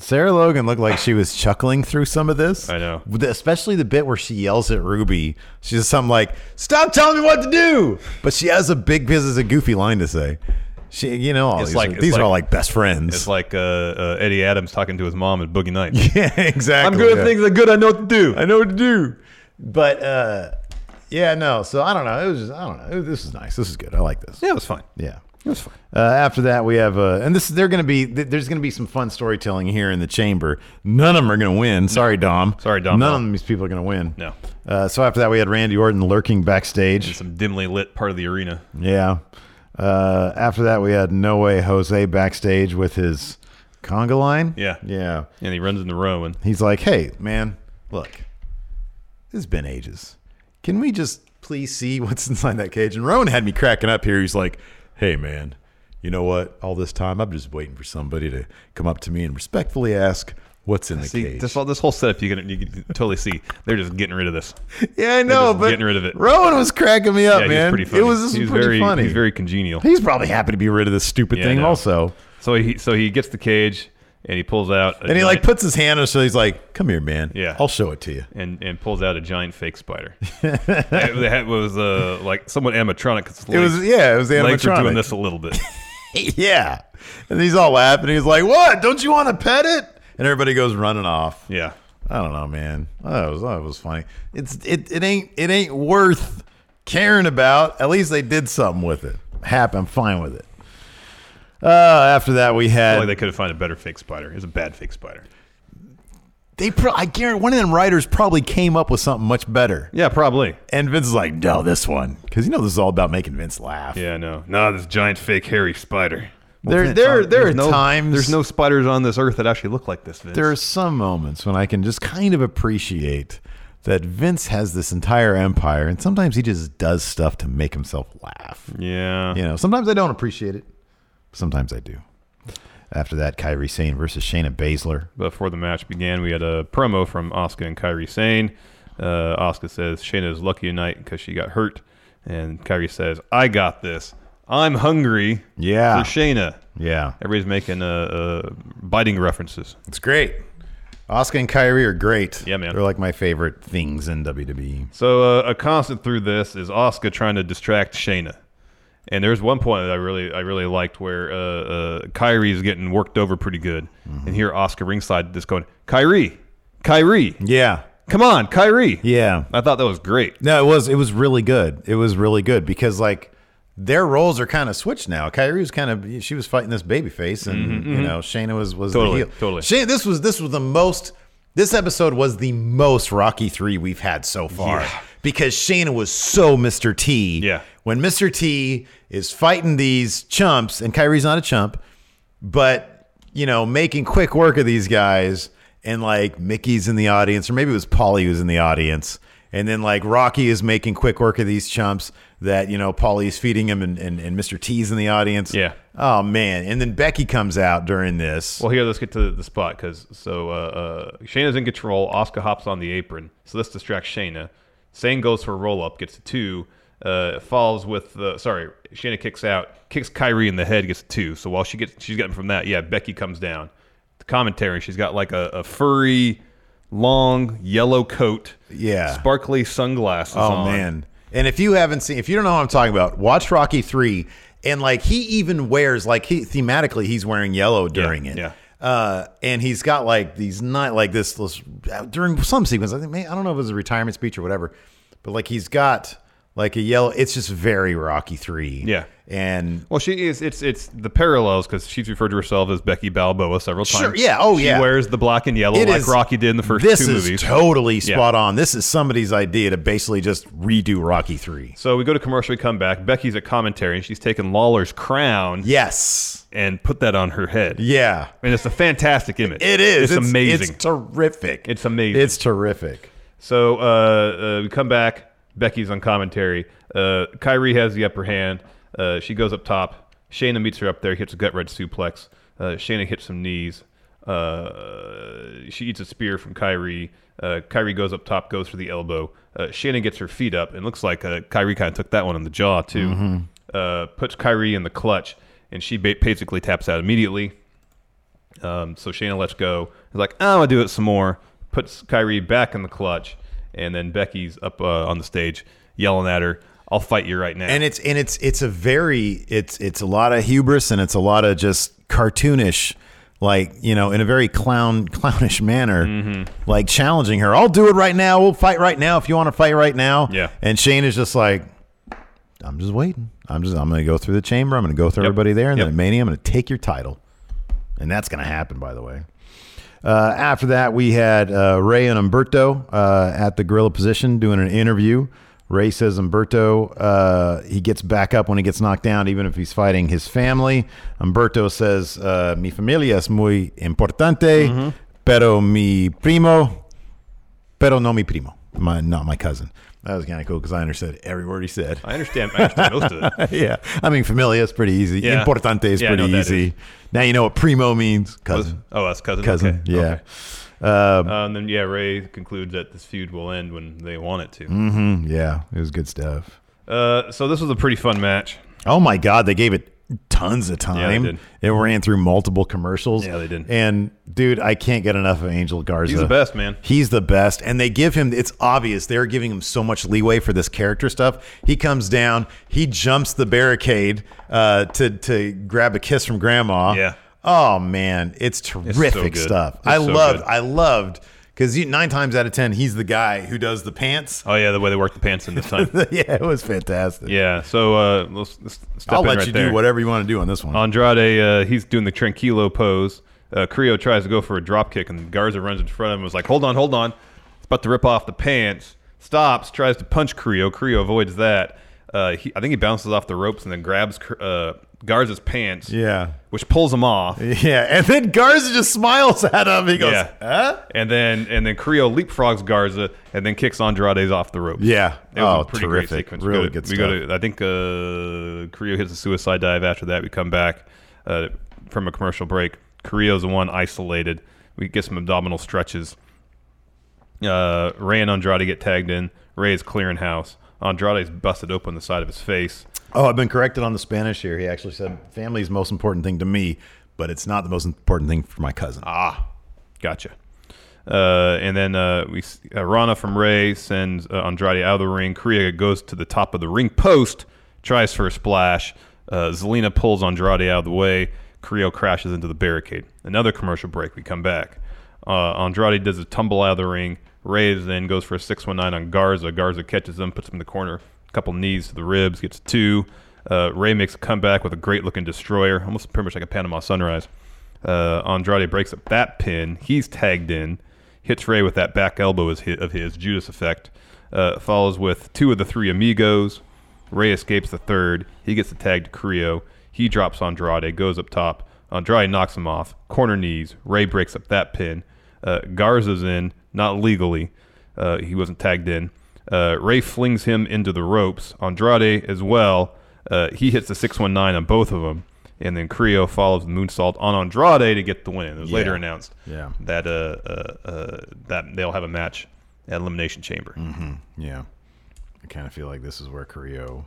S3: Sarah Logan looked like she was chuckling through some of this.
S4: I know.
S3: With- Especially the bit where she yells at Ruby. She says something like, Stop telling me what to do. But she has a big, this is a goofy line to say. She, you know, all
S4: It's
S3: these,
S4: like-
S3: are,
S4: it's
S3: these are
S4: like-
S3: all like best friends.
S4: It's like uh, uh, Eddie Adams talking to his mom at Boogie Nights.
S3: yeah, exactly.
S4: I'm good
S3: yeah.
S4: at things. I'm good. I know what to do.
S3: I know what to do. But uh, yeah, no. So I don't know. It was just I don't know. It was- this is nice. This is good. I like this.
S4: Yeah, it was fine.
S3: Yeah.
S4: It was fine.
S3: Uh, after that, we have uh, and this they're going to be th- there's going to be some fun storytelling here in the chamber. None of them are going to win. Sorry, Dom.
S4: Sorry, Dom.
S3: None of these people are going to win.
S4: No.
S3: Uh, so after that, we had Randy Orton lurking backstage.
S4: Some dimly lit part of the arena.
S3: Yeah. Uh, after that, we had No Way Jose backstage with his conga line.
S4: Yeah.
S3: Yeah.
S4: And he runs into Rowan.
S3: He's like, hey, man, look, it's been ages. Can we just please see what's inside that cage? And Rowan had me cracking up here. He's like, hey, man, you know what? All this time, I'm just waiting for somebody to come up to me and respectfully ask, What's in the
S4: See,
S3: cage?
S4: this, whole- this whole setup you can, you can totally see they're just getting rid of this.
S3: yeah, I know,
S4: just
S3: but
S4: getting rid of it.
S3: Rowan was cracking me up,
S4: yeah,
S3: man.
S4: he's pretty funny.
S3: It was, this was
S4: he's
S3: pretty
S4: very,
S3: funny.
S4: He's very congenial.
S3: He's probably happy to be rid of this stupid
S4: Yeah, I
S3: thing,
S4: know.
S3: also.
S4: So he so he gets the cage and he pulls out a
S3: And he
S4: giant-
S3: like puts his hand on, so he's like, "Come here, man.
S4: Yeah.
S3: I'll show it to you."
S4: and, and pulls out a giant fake spider. that, that was uh, like somewhat animatronic. 'cause
S3: It was
S4: legs-
S3: yeah, it was
S4: Legs
S3: animatronic.
S4: are doing this a little bit.
S3: yeah, and he's all laughing. He's like, "What? Don't you want to pet it?" And everybody goes running off.
S4: Yeah.
S3: I don't know, man. That was that was funny. It's it it ain't it ain't worth caring about. At least they did something with it. Happy, I'm fine with it. Uh, after that, we
S4: I
S3: had
S4: feel like they could have found a better fake spider. It was a bad fake spider.
S3: they. Pro- I guarantee one of them writers probably came up with something much better.
S4: Yeah, probably.
S3: And Vince is like, "No, this one," because you know this is all about making Vince laugh.
S4: Yeah, no. No, this giant fake hairy spider.
S3: There, there, there are
S4: uh, There's no,
S3: times.
S4: There's no spiders on this earth that actually look like this, Vince.
S3: There are some moments when I can just kind of appreciate that Vince has this entire empire, and sometimes he just does stuff to make himself laugh.
S4: yeah.
S3: You know, sometimes I don't appreciate it. Sometimes I do. After that, Kyrie Sane versus Shayna Baszler.
S4: Before the match began, we had a promo from Oscar and Kyrie Sane. Uh, Oscar says Shayna is lucky tonight because she got hurt, and Kyrie says, "I got this. I'm hungry."
S3: Yeah.
S4: for Shayna.
S3: Yeah,
S4: Everybody's making uh, uh, biting references.
S3: it's great. Oscar and Kyrie are great.
S4: Yeah, man.
S3: They're like my favorite things in E. WWE.
S4: So uh, a constant through this is Oscar trying to distract Shayna. And there's one point that I really I really liked where uh, uh, Kyrie is getting worked over pretty good, and here Oscar ringside just going Kyrie, Kyrie,
S3: Yeah,
S4: come on, Kyrie.
S3: yeah.
S4: I thought that was great.
S3: No, it was it was really good. It was really good because like their roles are kind of switched now. Kyrie was kind of she was fighting this baby face and you know Shayna was was
S4: Mm-hmm, Totally,
S3: the heel.
S4: totally.
S3: Shayna, this was this was the most this episode was the most Rocky 3 we've had so far because Shayna was so Mr. T.
S4: Yeah.
S3: When Mr. T is fighting these chumps and Kyrie's not a chump, but you know, making quick work of these guys, and like Mickey's in the audience, or maybe it was Polly who's in the audience, and then like Rocky is making quick work of these chumps that you know Polly's feeding him, and, and and Mr. T's in the audience.
S4: Yeah.
S3: Oh man, and then Becky comes out during this.
S4: Well, here let's get to the spot because so uh, uh, Shayna's in control. Oscar hops on the apron, so this distracts Shayna. Sane goes for a roll up, gets a two. Uh, falls with the sorry. Shayna kicks out, kicks Kyrie in the head, gets a two. So while she gets she's gotten from that, yeah, Becky comes down. The commentary, she's got like a, a furry, long yellow coat,
S3: Yeah.
S4: sparkly sunglasses.
S3: Oh
S4: on.
S3: man! And if you haven't seen, if you don't know what I'm talking about, watch Rocky three. And like he even wears like he thematically he's wearing yellow during it.
S4: yeah.
S3: Uh, and he's got like these not like this, this during some sequence. I think may- I don't know if it was a retirement speech or whatever, but like he's got like a yellow. It's just very Rocky three.
S4: Yeah.
S3: And
S4: Well, she is. It's it's the parallels because she's referred to herself as Becky Balboa several
S3: Sure,
S4: times.
S3: yeah, oh,
S4: she
S3: yeah.
S4: wears the black and yellow
S3: it
S4: like
S3: is-
S4: Rocky did in the first
S3: This
S4: two
S3: is
S4: movies.
S3: totally
S4: Yeah.
S3: spot on. This is somebody's idea to basically just redo Rocky three.
S4: So we go to commercial, we come back. Becky's at commentary, and she's taken Lawler's crown
S3: Yes.
S4: and put that on her head.
S3: Yeah.
S4: And it's a fantastic image.
S3: It is.
S4: It's, amazing.
S3: It's terrific.
S4: It's amazing.
S3: It's terrific.
S4: so uh, uh, we come back. Becky's on commentary. Uh, Kyrie has the upper hand. Uh, she goes up top. Shayna meets her up there, hits a gut red suplex. Uh, Shayna hits some knees. Uh, she eats a spear from Kyrie. Uh, Kyrie goes up top, goes for the elbow. Uh, Shayna gets her feet up, and looks like uh, Kyrie kind of took that one on the jaw, too. Uh, puts Kyrie in the clutch, and she ba- basically taps out immediately. Um, so Shayna lets go. He's like, I'm gonna do it some more. Puts Kyrie back in the clutch, and then Becky's up uh, on the stage yelling at her, "I'll fight you right now."
S3: And it's and it's it's a very it's it's a lot of hubris and it's a lot of just cartoonish like, you know, in a very clown clownish manner,
S4: Mm-hmm.
S3: like challenging her. I'll do it right now. We'll fight right now if you want to fight right now.
S4: Yeah.
S3: And Shane is just like I'm just waiting. I'm just I'm going to go through the chamber. I'm going to go through
S4: Yep.
S3: everybody there and
S4: Yep.
S3: then at Mania I'm going to take your title. And that's going to happen by the way. Uh, after that, we had uh, Ray and Umberto uh, at the gorilla position doing an interview. Ray says Umberto uh, he gets back up when he gets knocked down, even if he's fighting his family. Umberto says, uh, "Mi familia es
S4: Mm-hmm.
S3: muy importante, pero mi primo, pero no mi primo." My not my cousin. That was kind of cool because I understood every word he said.
S4: I understand. I understand most of it.
S3: yeah, I mean familia is pretty easy.
S4: Yeah.
S3: Importante is
S4: Yeah, I
S3: pretty
S4: know what that
S3: easy.
S4: is.
S3: Now you know what primo means. Cousin,
S4: Oh, that's cousin.
S3: cousin.
S4: Okay.
S3: Yeah.
S4: Okay.
S3: Um,
S4: Uh, and then yeah, Ray concludes that this feud will end when they want it to.
S3: mhm, yeah, it was good stuff.
S4: Uh, so this was a pretty fun match.
S3: Oh my God, they gave it tons of
S4: Yeah, they
S3: time.
S4: did.
S3: It ran through multiple commercials.
S4: Yeah, they did.
S3: And dude, I can't get enough of Angel Garza.
S4: He's the best, man.
S3: He's the best. And they give him, it's obvious, they're giving him so much leeway for this character stuff. He comes down, he jumps the barricade uh, to, to grab a kiss from grandma.
S4: Yeah.
S3: Oh man, it's terrific
S4: good.
S3: stuff.
S4: It's
S3: I
S4: so
S3: loved,
S4: good.
S3: I loved, because nine times out of 10, he's the guy who does the pants.
S4: Oh yeah, the way they worked the pants in this time.
S3: yeah, it was fantastic.
S4: yeah. So uh, let's, let's step
S3: I'll
S4: in
S3: let
S4: right
S3: you
S4: there.
S3: do whatever you want to do on this one.
S4: Andrade, uh, he's doing the tranquilo pose. Uh, Creo tries to go for a drop kick, and Garza runs in front of him. and Was like, "Hold on, hold on!" It's about to rip off the pants. Stops, tries to punch Creo. Creo avoids that. Uh, he, I think he bounces off the ropes and then grabs Cr- uh, Garza's pants.
S3: Yeah.
S4: which pulls him off.
S3: Yeah, and then Garza just smiles at him. He goes,
S4: yeah,
S3: "Huh?"
S4: and then and then Creo leapfrogs Garza and then kicks Andrade's off the ropes.
S3: Yeah.
S4: it was
S3: Oh,
S4: a pretty
S3: terrific.
S4: great sequence.
S3: Really
S4: we go to,
S3: good
S4: we Go
S3: stuff.
S4: to, I think uh, Creo hits a suicide dive. After that, we come back uh, from a commercial break. Creo's the one isolated. We get some abdominal stretches. Uh, Ray and Andrade get tagged in. Ray is clearing house. Andrade's busted open the side of his face.
S3: "Oh, I've been corrected on the Spanish here." He actually said, "Family is the most important thing to me, but it's not the most important thing for my cousin."
S4: Gotcha. Uh, and then uh, we s- uh, Rana from Ray sends uh, Andrade out of the ring. Kriya goes to the top of the ring post, tries for a splash. Uh, Zelina pulls Andrade out of the way. Creo crashes into the barricade. Another commercial break. We come back. Uh, Andrade does a tumble out of the ring. Ray then goes for a 619 on Garza. Garza catches him, puts him in the corner. couple knees to the ribs, gets two. Uh, Ray makes a comeback with a great looking destroyer, almost pretty much like a Panama sunrise. Uh, Andrade breaks up that pin. He's tagged in, hits Ray with that back elbow is hi- of his Judas effect. Uh, follows with two of the three amigos. Ray escapes the third. He gets the tag to Creo. He drops Andrade, goes up top. Andrade knocks him off. Corner knees. Ray breaks up that pin. Uh, Garza's in, not legally. Uh, he wasn't tagged in. Uh, Ray flings him into the ropes. Andrade as well. Uh, he hits the 619 on both of them. And then Creo follows the moonsault on Andrade to get the win. It was later announced
S3: Yeah.
S4: that uh, uh, uh, that they'll have a match at Elimination Chamber.
S3: Mm-hmm. Yeah, I kind of feel like this is where Carrillo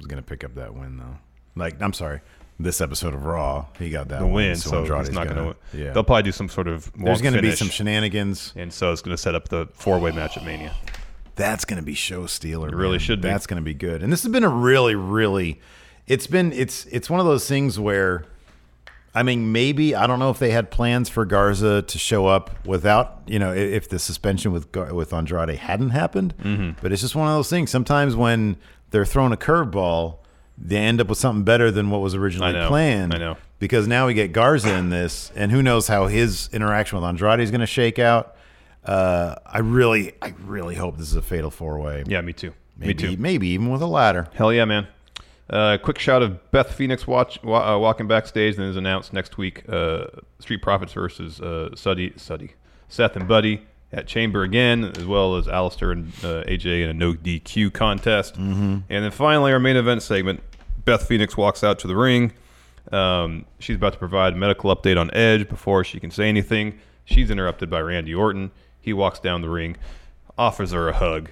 S3: is going to pick up that win, though. Like, I'm sorry, this episode of Raw, he got that
S4: The win, so
S3: Andrade's
S4: he's not going
S3: gonna-
S4: to.
S3: Yeah,
S4: They'll probably do some sort of.
S3: there's
S4: walk
S3: going to be
S4: finish.
S3: some shenanigans.
S4: and so it's going to set up the four-way match at Mania.
S3: That's going to be show stealer. It
S4: really should be.
S3: That's going to be good. And this has been a really, really. It's been it's it's one of those things where, I mean, maybe I don't know if they had plans for Garza to show up without you know i- if the suspension with Gar- with Andrade hadn't happened.
S4: Mm-hmm.
S3: But it's just one of those things. Sometimes when they're thrown a curveball, they end up with something better than what was originally
S4: I know.
S3: planned.
S4: I know.
S3: Because now we get Garza in this, and who knows how his interaction with Andrade is going to shake out. Uh, I really, I really hope this is a fatal four way.
S4: Yeah, me too.
S3: maybe,
S4: me too.
S3: Maybe even with a ladder.
S4: Hell yeah, man. Uh, quick shout of Beth Phoenix watch, wa- uh, walking backstage, and is announced next week: uh, Street Profits versus uh, Suddy, Suddy, Seth and Buddy at Chamber again, as well as Alistair and uh, AJ in a no DQ contest. Mm-hmm. And then finally, our main event segment: Beth Phoenix walks out to the ring. Um, she's about to provide a medical update on Edge before she can say anything. She's interrupted by Randy Orton. He walks down the ring, offers her a hug.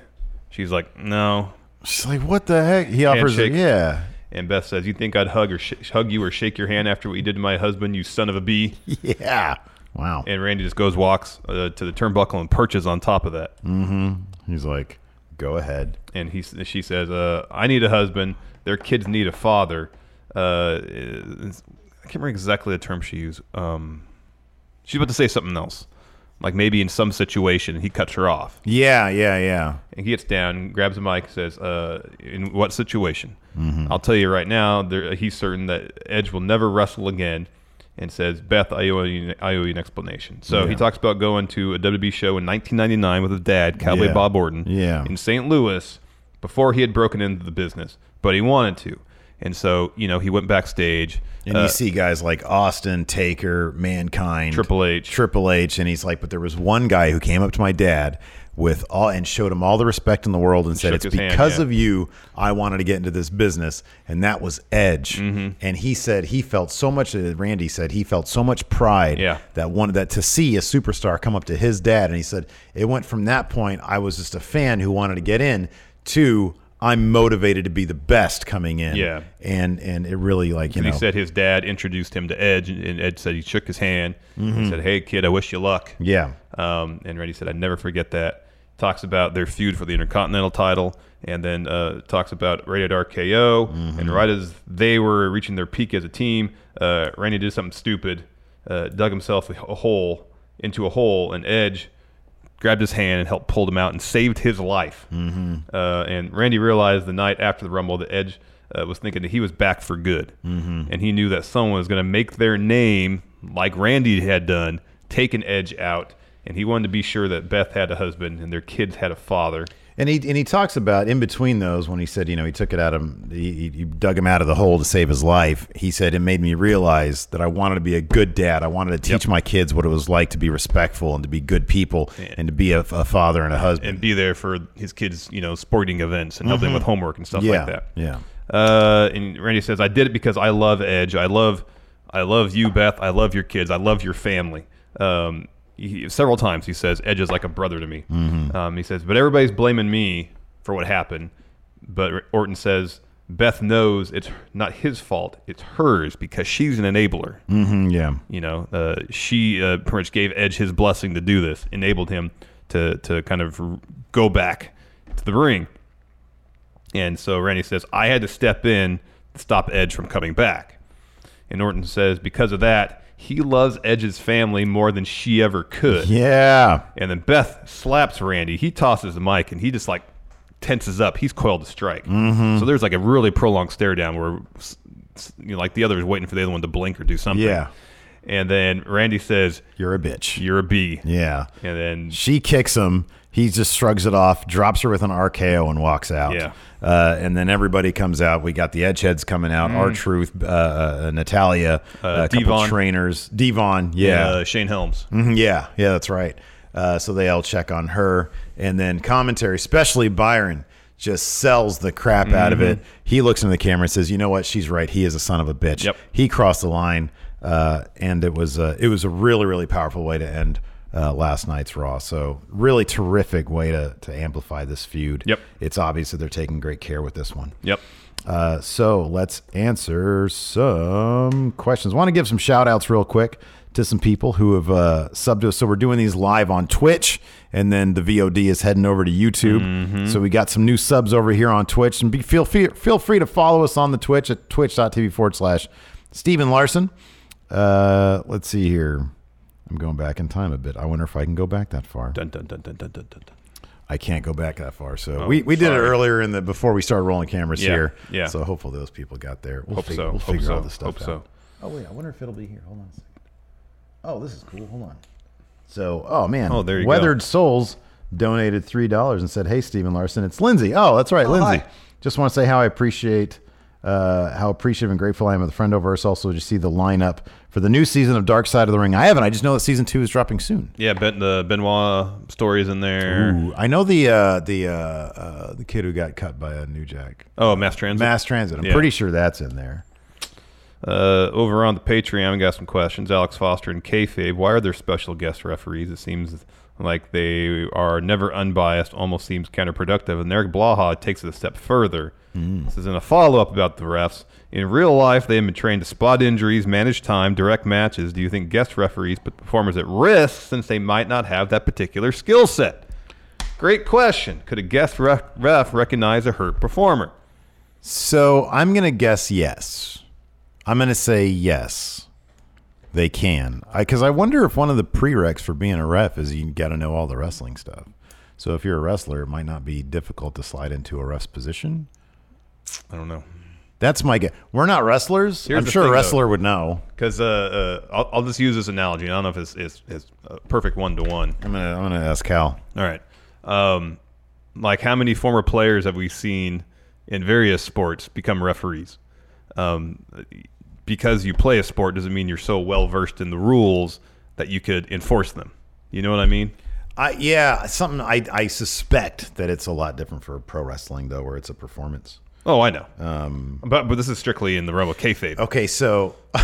S4: She's like, "No,
S3: She's like, what the heck? He offers, it.
S4: Handshake.
S3: yeah,
S4: and Beth says, "You think I'd hug or sh- hug you or shake your hand after what you did to my husband, you son of a bee?"
S3: yeah. Wow.
S4: And Randy just goes walks uh, to the turnbuckle and perches on top of that.
S3: He's like, go ahead.
S4: And he s- she says, uh, "I need a husband. Their kids need a father." Uh, it's- I can't remember exactly the term she used. Um, she's about to say something else, like maybe in some situation he cuts her off.
S3: Yeah, yeah, yeah.
S4: And he gets down, grabs a mic, says, uh, "In what situation?"
S3: Mm-hmm.
S4: I'll tell you right now. There, he's certain that Edge will never wrestle again, and says, "Beth, I owe you, I owe you an explanation." So he talks about going to a WWE show in 1999 with his dad, Cowboy
S3: Yeah.
S4: Bob Orton,
S3: Yeah.
S4: in St. Louis, before he had broken into the business, but he wanted to. And so, you know, he went backstage. uh,
S3: And you see guys like Austin, Taker, Mankind,
S4: Triple H.
S3: Triple H, and he's like, but there was one guy who came up to my dad with all and showed him all the respect in the world and said,
S4: Shook
S3: it's
S4: his hand,
S3: because
S4: yeah.
S3: of you I wanted to get into this business, and that was Edge.
S4: Mm-hmm.
S3: And he said he felt so much. uh, Randy said he felt so much pride
S4: Yeah.
S3: that wanted that to see a superstar come up to his dad, and he said it went from that point. I was just a fan who wanted to get in to. I'm motivated to be the best coming in.
S4: Yeah.
S3: And and it really like, you
S4: And
S3: know.
S4: he said his dad introduced him to Edge, and- and Edge said he shook his hand and said, "Hey, kid, I wish you luck."
S3: Mm-hmm. Yeah.
S4: Um, and Randy said, "I never forget that." Talks about their feud for the Intercontinental title, and then uh, talks about Rated RKO. And right as they were reaching their peak as a team, uh, Randy did something stupid, uh, dug himself a hole into a hole, and Edge grabbed his hand and helped pull him out and saved his life. Mm-hmm. Uh, and Randy realized the night after the Rumble that Edge uh, was thinking that he was back for good, mm-hmm. and he knew that someone was going to make their name like Randy had done, take an Edge out, and he wanted to be sure that Beth had a husband and their kids had a father.
S3: And he and he talks about in between those when he said, you know, he took it out of him, he, he- he dug him out of the hole to save his life. He said it made me realize that I wanted to be a good dad. I wanted to teach my kids what it was like to be respectful and to be good people and to be a, a father and a husband. Mm-hmm.
S4: And be there for his kids, you know, sporting events and help them with homework and stuff
S3: yeah,
S4: like that.
S3: yeah.
S4: Uh, and Randy says, "I did it because I love Edge. I love, I love you, Beth. I love your kids. I love your family." Um, he, several times he says, "Edge is like a brother to me."
S3: Mm-hmm.
S4: Um, he says, "But everybody's blaming me for what happened." But Orton says, "Beth knows it's not his fault. It's hers because she's an enabler."
S3: Mm, yeah.
S4: you know, uh, she uh, pretty much gave Edge his blessing to do this, enabled him to to kind of r- go back to the ring. And so Randy says, I had to step in to stop Edge from coming back. And Orton says, because of that, he loves Edge's family more than she ever could.
S3: Yeah.
S4: And then Beth slaps Randy. He tosses the mic and he just like tenses up. He's coiled to strike.
S3: Mm-hmm.
S4: So there's like a really prolonged stare down where, s- s- you know, like the other is waiting for the other one to blink or do something.
S3: Yeah.
S4: And then Randy says,
S3: You're a bitch.
S4: You're a B.
S3: yeah.
S4: And then
S3: She kicks him. He just shrugs it off, drops her with an RKO, and walks out.
S4: Yeah.
S3: Uh, and then everybody comes out. We got the edge heads coming out. Our Truth, uh, uh, Natalia, a couple
S4: Mm. Uh, Devon.
S3: trainers, Devon. Yeah.
S4: uh, Shane Helms.
S3: Mhm, yeah. Yeah. That's right. Uh, so they all check on her, and then commentary, especially Byron, just sells the crap out of
S4: Mm-hmm.
S3: it. He looks into the camera and says, "You know what? She's right. He is a son of a bitch.
S4: Yep.
S3: He crossed the line." Uh, and it was uh, it was a really really powerful way to end uh, last night's Raw. So really terrific way to to amplify this feud.
S4: Yep.
S3: It's obvious that they're taking great care with this one.
S4: Yep.
S3: Uh, so let's answer some questions. want to give some shout outs real quick to some people who have uh, subbed to us. So we're doing these live on Twitch, and then the VOD is heading over to YouTube. So we got some new subs over here on Twitch, and be, feel free, feel free to follow us on the Twitch at twitch.tv forward slash Stephen Larson. Uh, let's see here. I'm going back in time a bit. I wonder if I can go back that far.
S4: Dun, dun, dun, dun, dun, dun, dun. dun.
S3: I can't go back that far. So we, we did it
S4: Oh, sorry.
S3: earlier in the before we started rolling cameras
S4: Yeah,
S3: here.
S4: yeah.
S3: So hopefully those people got there. We'll,
S4: Hope
S3: fig-
S4: so.
S3: we'll
S4: Hope
S3: figure
S4: so.
S3: all this stuff
S4: Hope
S3: out.
S4: so.
S3: Oh wait, I wonder if it'll be here. Hold on a second. Oh, this is cool. Hold on. So oh man.
S4: Oh, there you go.
S3: Weathered Souls donated three dollars and said, Hey Stephen Larson, it's Lindsay. Oh, that's right, Lindsay.
S4: hi.
S3: Just want to say how I appreciate uh, how appreciative and grateful I am of the Friendoverse. Also, did you see the lineup for the new season of Dark Side of the Ring? I haven't. I just know that season two is dropping soon.
S4: Yeah, ben, the Benoit stories in there.
S3: Ooh, I know the uh, the uh, uh, the kid who got cut by a new jack.
S4: Oh, mass transit.
S3: Mass transit. I'm
S4: Yeah.
S3: pretty sure that's in there.
S4: Uh, over on the Patreon, we got some questions. Alex Foster and Kayfabe, why are there special guest referees? It seems like they are never unbiased, almost seems counterproductive. And Eric Blaha takes it a step further. This is in a follow up about the refs. In real life, they have been trained to spot injuries, manage time, direct matches. Do you think guest referees put performers at risk since they might not have that particular skill set? Great question. Could a guest ref, ref recognize a hurt performer?
S3: So I'm gonna guess yes. I'm gonna say yes. They can, because I, wonder if one of the prereqs for being a ref is you got to know all the wrestling stuff. So if you're a wrestler, it might not be difficult to slide into a ref's position.
S4: I don't know.
S3: That's my guess. We're not wrestlers.
S4: Here's
S3: I'm
S4: the
S3: sure a
S4: thing, though.
S3: wrestler would know.
S4: Because uh, uh, I'll, I'll just use this analogy. I don't know if it's, it's, it's a perfect one to one.
S3: I'm gonna I'm gonna ask Cal.
S4: All right. Um, like, how many former players have we seen in various sports become referees? um, because you play a sport doesn't mean you're so well versed in the rules that you could enforce them. You know what I mean?
S3: I yeah, something I, I suspect that it's a lot different for pro wrestling though, where it's a performance.
S4: Oh, I know. Um, but but this is strictly in the realm of kayfabe.
S3: Okay, so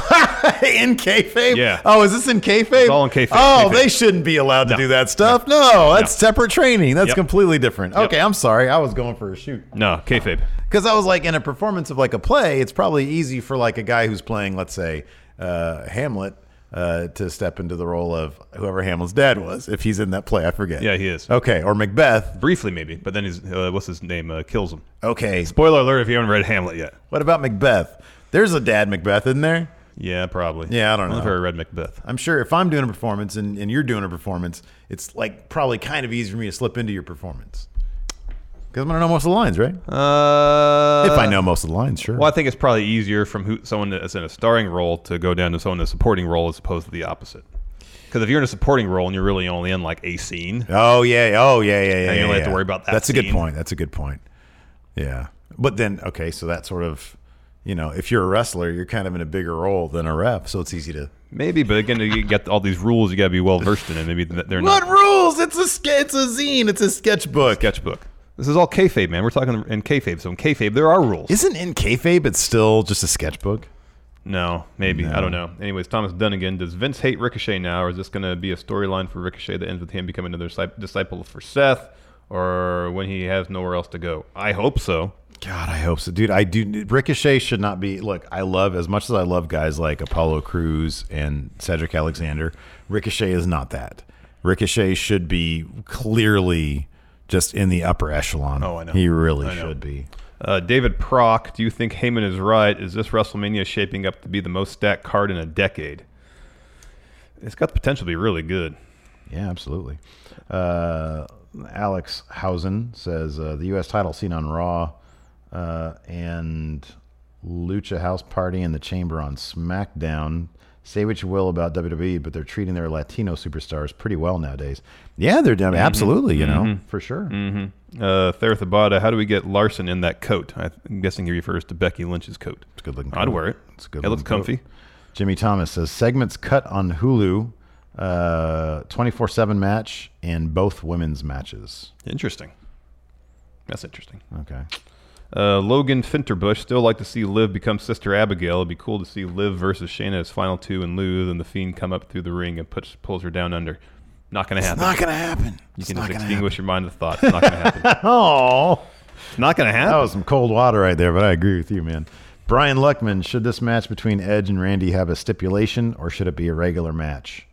S3: in kayfabe,
S4: Yeah.
S3: Oh, is this in kayfabe?
S4: all in kayfabe.
S3: Oh,
S4: Kayfabe.
S3: they shouldn't be allowed to
S4: No.
S3: do that stuff. No, that's
S4: No.
S3: separate training. That's
S4: Yep.
S3: completely different.
S4: Yep.
S3: Okay, I'm sorry. I was going for a shoot
S4: No, kayfabe.
S3: because I was like in a performance of like a play. It's probably easy for like a guy who's playing, let's say, uh, Hamlet. Uh, to step into the role of whoever Hamlet's dad was, if he's in that play, I forget.
S4: Yeah, he is.
S3: Okay, or Macbeth.
S4: Briefly, maybe, but then his uh, what's his name uh, kills him.
S3: Okay,
S4: Spoiler alert: if you haven't read Hamlet yet,
S3: What about Macbeth? There's a dad Macbeth, isn't there?
S4: yeah, probably.
S3: Yeah, I don't
S4: I've
S3: know.
S4: ever read Macbeth.
S3: I'm sure if I'm doing a performance and, and you're doing a performance, it's like probably kind of easy for me to slip into your performance. Because I'm going to know most of the lines, right?
S4: Uh,
S3: if I know most of the lines, sure.
S4: Well, I think it's probably easier from who, someone that's in a starring role to go down to someone in a supporting role as opposed to the opposite. Because if you're in a supporting role and you're really only in like a scene,
S3: Oh, yeah. Oh, yeah, yeah, yeah.
S4: you
S3: yeah,
S4: only have
S3: yeah.
S4: to worry about that
S3: That's a good
S4: scene.
S3: point. That's a good point. Yeah. But then, okay, so that sort of, you know, if you're a wrestler, you're kind of in a bigger role than a rep. So it's easy to.
S4: maybe. But again, you get all these rules you got to be well versed in, and maybe th- they're not.
S3: What rules? It's a, ske- it's a zine. It's a sketchbook.
S4: Sketchbook. This is all kayfabe, man. We're talking in kayfabe. So in kayfabe, there are rules.
S3: Isn't in kayfabe, it's still just a sketchbook?
S4: No, maybe. I don't know. Anyways, Thomas Dunnigan, does Vince hate Ricochet now, or is this going to be a storyline for Ricochet that ends with him becoming another disci- disciple for Seth, or when he has nowhere else to go? I hope so.
S3: God, I hope so, dude. I do. Ricochet should not be. Look, I love as much as I love guys like Apollo Cruz and Cedric Alexander. Ricochet is not that. Ricochet should be clearly just in the upper echelon.
S4: Oh, I know.
S3: He really
S4: I know.
S3: should be.
S4: Uh, David Proc, do you think Heyman is right? Is this WrestleMania shaping up to be the most stacked card in a decade? It's got the potential to be really good.
S3: Yeah, absolutely. Uh, Alex Hausen says uh, the U.S. title seen on Raw uh, and Lucha House Party in the Chamber on SmackDown. Say what you will about WWE, but they're treating their Latino superstars pretty well nowadays. Yeah, they're
S4: Mm-hmm.
S3: I mean, absolutely, you know, for sure.
S4: Uh, Therathabada, how do we get Larson in that coat? I'm guessing he refers to Becky Lynch's coat. It's
S3: good looking
S4: I'd
S3: coat.
S4: wear it.
S3: It's a good
S4: It looks
S3: looking coat.
S4: comfy.
S3: Jimmy Thomas says segments cut on Hulu, uh, 24/7 match and both women's matches.
S4: Interesting. That's interesting.
S3: Okay.
S4: Uh, Logan Finterbush still like to see Liv become Sister Abigail. It'd be cool to see Liv versus Shayna as final two, and Lou then the Fiend come up through the ring and puts, pulls her down under. Not gonna happen.
S3: Not gonna happen.
S4: you
S3: It's
S4: can
S3: not
S4: just
S3: gonna
S4: extinguish your mind of thought. It's not gonna happen.
S3: Oh.
S4: it's not gonna happen.
S3: That was some cold water right there, but I agree with you, man. Brian Luckman, should this match between Edge and Randy have a stipulation or should it be a regular match?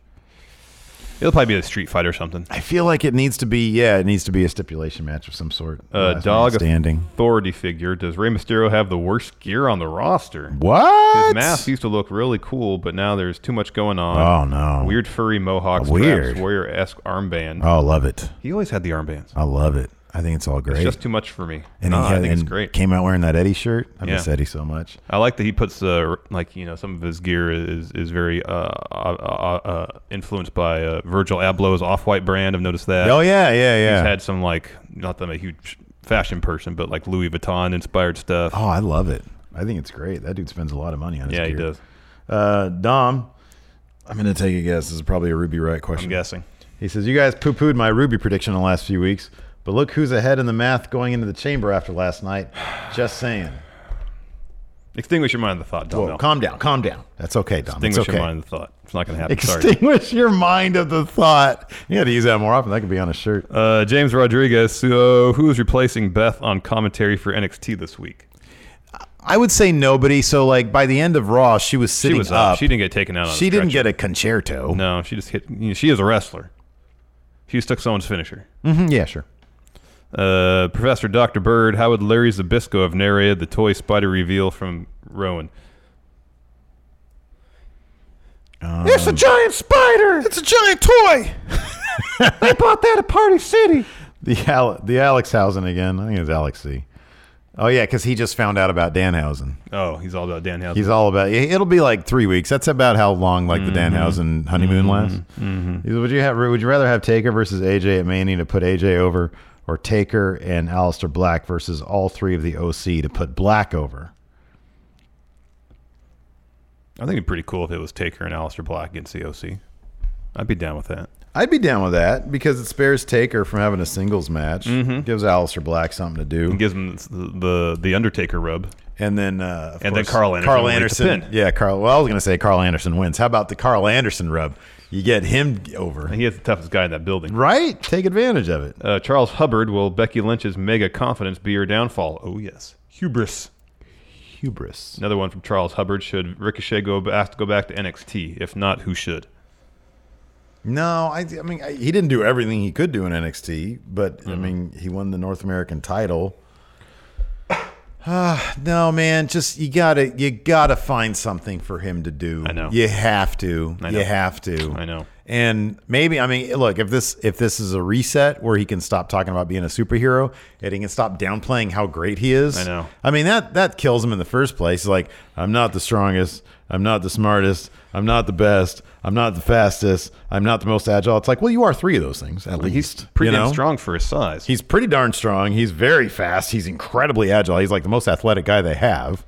S4: It'll probably be a street fight or something.
S3: I feel like it needs to be, yeah, it needs to be a stipulation match of some sort.
S4: Uh,
S3: Last
S4: dog
S3: man standing.
S4: authority figure. Does Rey Mysterio have the worst gear on the roster? His
S3: What?
S4: mask used to look really cool, but now there's too much going
S3: Oh
S4: on.
S3: no.
S4: Weird furry mohawk,
S3: Weird.
S4: warrior esque armband.
S3: Oh, love it.
S4: He always had the armbands.
S3: I love it. I think it's all great.
S4: It's just too much for me.
S3: and
S4: No,
S3: he had-
S4: I think it's
S3: and
S4: great.
S3: came out wearing that Eddie shirt. I
S4: Yeah.
S3: miss Eddie so much.
S4: I like that he puts uh, like you know some of his gear is is very uh, uh, uh, uh, influenced by uh, Virgil Abloh's off white brand. I've noticed that.
S3: Oh yeah, yeah, yeah.
S4: He's had some like not that I'm a huge fashion person, but like Louis Vuitton inspired stuff.
S3: oh, I love it. I think it's great. That dude spends a lot of money on his
S4: yeah, he
S3: gear.
S4: does.
S3: Uh, Dom, I'm going to take a guess. This is probably a Ruby Wright question.
S4: I'm guessing.
S3: He says, You guys poo pooed my Ruby prediction the last few weeks, but look who's ahead in the math going into the chamber after last night. Just saying.
S4: Extinguish your mind of the thought, Dom.
S3: Whoa,
S4: Bell.
S3: calm down, calm down. That's okay, Dom. It's okay.
S4: Extinguish your mind of the thought. It's not going to happen. Sorry.
S3: Extinguish your mind of the thought. You got to use that more often. That could be on a shirt.
S4: Uh, James Rodriguez. So who is replacing Beth on commentary for NXT this week?
S3: I would say nobody. So, like, by the end of Raw, she was sitting
S4: she was up. She didn't get taken out. On
S3: She
S4: a
S3: didn't
S4: stretcher.
S3: get a concerto.
S4: No, she just hit. You know, she is a wrestler. She just took someone's finisher.
S3: Mhm, yeah, sure.
S4: Uh, Professor Dr. Bird, how would Larry Zabisco have narrated the toy spider reveal from Rowan?
S3: It's a giant spider. It's a giant toy. they bought that at Party City. The Al- the Alexhausen again. I think it's Alex C. Oh yeah, because he just found out about Danhausen.
S4: Oh, he's all about Dan Housen.
S3: He's all about. It'll be like three weeks. That's about how long like the Danhausen honeymoon lasts. He said, would you have? Would you rather have Taker versus AJ at Mania to put AJ over, or Taker and Alistair Black versus all three of the OC to put Black over?
S4: I think it'd be pretty cool if it was Taker and Aleister Black against COC. I'd be down with that.
S3: I'd be down with that because it spares Taker from having a singles match. Gives Alistair Black something to do.
S4: It gives them the the, the Undertaker rub.
S3: And then, uh, of
S4: And then
S3: course,
S4: Carl Anderson will
S3: Carl
S4: make the
S3: Anderson.
S4: pin.
S3: yeah, Carl. Well, I was going to say Carl Anderson wins. How about the Carl Anderson rub? You get him over,
S4: He is the toughest guy in that building.
S3: right? Take advantage of it.
S4: Uh, Charles Hubbard, will Becky Lynch's mega confidence be her downfall? Oh, yes. Hubris.
S3: Hubris.
S4: Another one from Charles Hubbard. Should Ricochet go back, go back to NXT? If not, who should?
S3: No, I, I mean I, he didn't do everything he could do in NXT, but
S4: Mm-hmm.
S3: I mean he won the North American title. Ah, no, man, just you gotta you gotta find something for him to do.
S4: I know.
S3: you have to.
S4: I
S3: You
S4: know.
S3: have to.
S4: I know.
S3: And maybe I mean, look if this if this is a reset where he can stop talking about being a superhero and he can stop downplaying how great he is.
S4: I know.
S3: I mean that that kills him in the first place. Like I'm not the strongest. I'm not the smartest. I'm not the best. I'm not the fastest. I'm not the most agile. It's like, well, you are three of those things at least.
S4: He's pretty
S3: you know?
S4: damn strong for his size.
S3: He's pretty darn strong. He's very fast. He's incredibly agile. He's like the most athletic guy they have.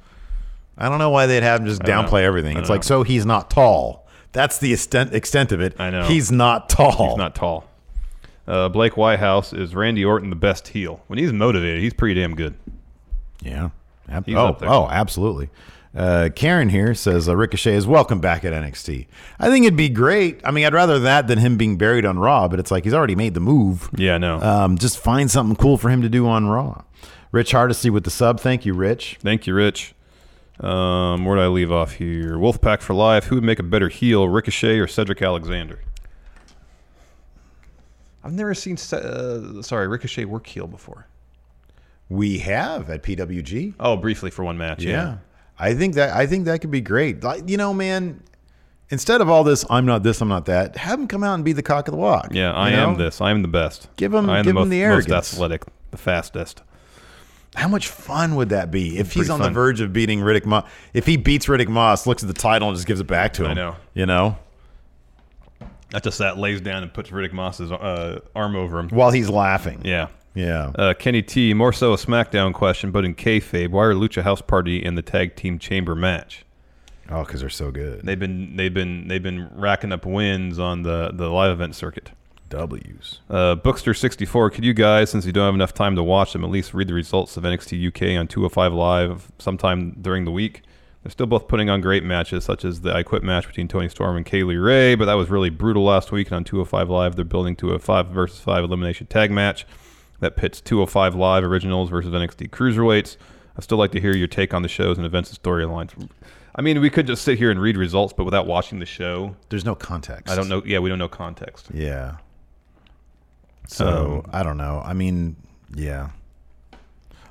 S3: I don't know why they'd have him just downplay everything. It's like, so he's not tall. That's the extent extent of it.
S4: I know.
S3: He's not tall.
S4: He's not tall. Uh, Blake Whitehouse is Randy Orton the best heel? When he's motivated, he's pretty damn good.
S3: Yeah. Ab-
S4: He's
S3: oh,
S4: up there.
S3: oh, absolutely. Uh, Karen here says uh, Ricochet is welcome back at NXT. I think it'd be great. I mean, I'd rather that than him being buried on Raw, but it's like he's already made the move.
S4: Yeah, I know.
S3: Um, just find something cool for him to do on Raw. Rich Hardesty with the sub. Thank you, Rich.
S4: Thank you, Rich. Um, where did I leave off here? Wolfpack for life. Who would make a better heel, Ricochet or Cedric Alexander? I've never seen Ce- uh, sorry Ricochet work heel before.
S3: We have at PWG.
S4: Oh, briefly for one match. Yeah.
S3: I think that I think that could be great. Like, you know, man, instead of all this, I'm not this, I'm not that, have him come out and be the cock of the walk.
S4: Yeah, I
S3: you
S4: am
S3: know?
S4: this. I am the best.
S3: Give 'em-
S4: I am
S3: give 'em
S4: most-
S3: the arrogance.
S4: Most athletic, the fastest.
S3: How much fun would that be if he's
S4: pretty
S3: on the
S4: fun.
S3: verge of beating Riddick Moss? If he beats Riddick Moss, looks at the title and just gives it back to him.
S4: I know.
S3: You know,
S4: Not just that lays down and puts Riddick Moss's uh, arm over him.
S3: while he's laughing.
S4: Yeah.
S3: Yeah.
S4: Uh, Kenny T, more so a SmackDown question, but in kayfabe, why are Lucha House Party in the tag team chamber match?
S3: oh, because they're so good.
S4: They've been they've been they've been racking up wins on the the live event circuit.
S3: W's.
S4: Uh, Bookster sixty four, could you guys, since you don't have enough time to watch them, at least read the results of NXT UK on two hundred five live sometime during the week? They're still both putting on great matches, such as the I Quit match between Tony Storm and Kaylee Ray, but that was really brutal last week. And on 205 Live, they're building to a 5 versus 5 elimination tag match that pits 205 Live originals versus NXT Cruiserweights. I'd still like to hear your take on the shows and events and storylines. I mean, we could just sit here and read results, but without watching the show,
S3: There's no context.
S4: I don't know. Yeah, we don't know context.
S3: Yeah.
S4: Um,
S3: So I don't know. I mean, yeah.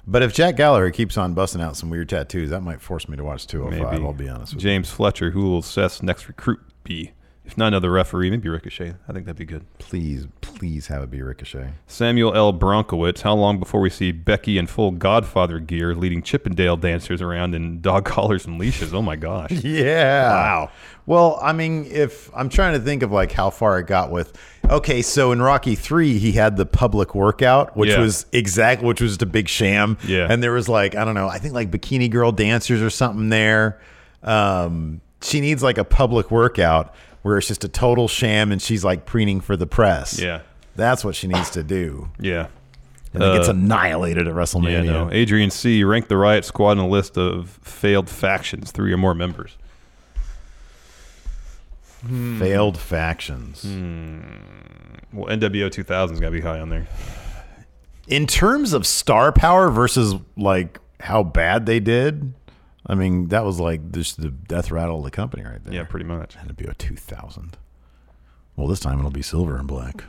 S3: But if Jack Gallagher keeps on busting out some weird tattoos, that might force me to watch 205. I'll be honest with you.
S4: James Fletcher, who will Seth's next recruit be? If not another referee, maybe Ricochet. I think that'd be good.
S3: Please, please have it be Ricochet.
S4: Samuel L. Bronkowitz, how long before we see Becky in full Godfather gear leading Chippendale dancers around in dog collars and leashes? Oh my gosh.
S3: Yeah. Wow. Well, I mean, if I'm trying to think of like how far it got with. Okay, so in Rocky 3, he had the public workout, which
S4: Yeah.
S3: was exact which was the big sham.
S4: Yeah.
S3: And there was like, I don't know, I think like bikini girl dancers or something there. Um, she needs like a public workout where it's just a total sham and she's like preening for the press.
S4: Yeah.
S3: That's what she needs to do.
S4: Yeah.
S3: And it gets annihilated at
S4: Uh, Yeah,
S3: WrestleMania.
S4: no. Adrian C. Rank the Riot Squad in a list of failed factions, three or more members.
S3: Failed factions.
S4: Well, NWO 2000 is going to be high on there.
S3: in terms of star power versus like how bad they did, I mean that was like just the death rattle of the company right there.
S4: Yeah, pretty much.
S3: And it'd be a two thousand. Well, this time it'll be silver and black.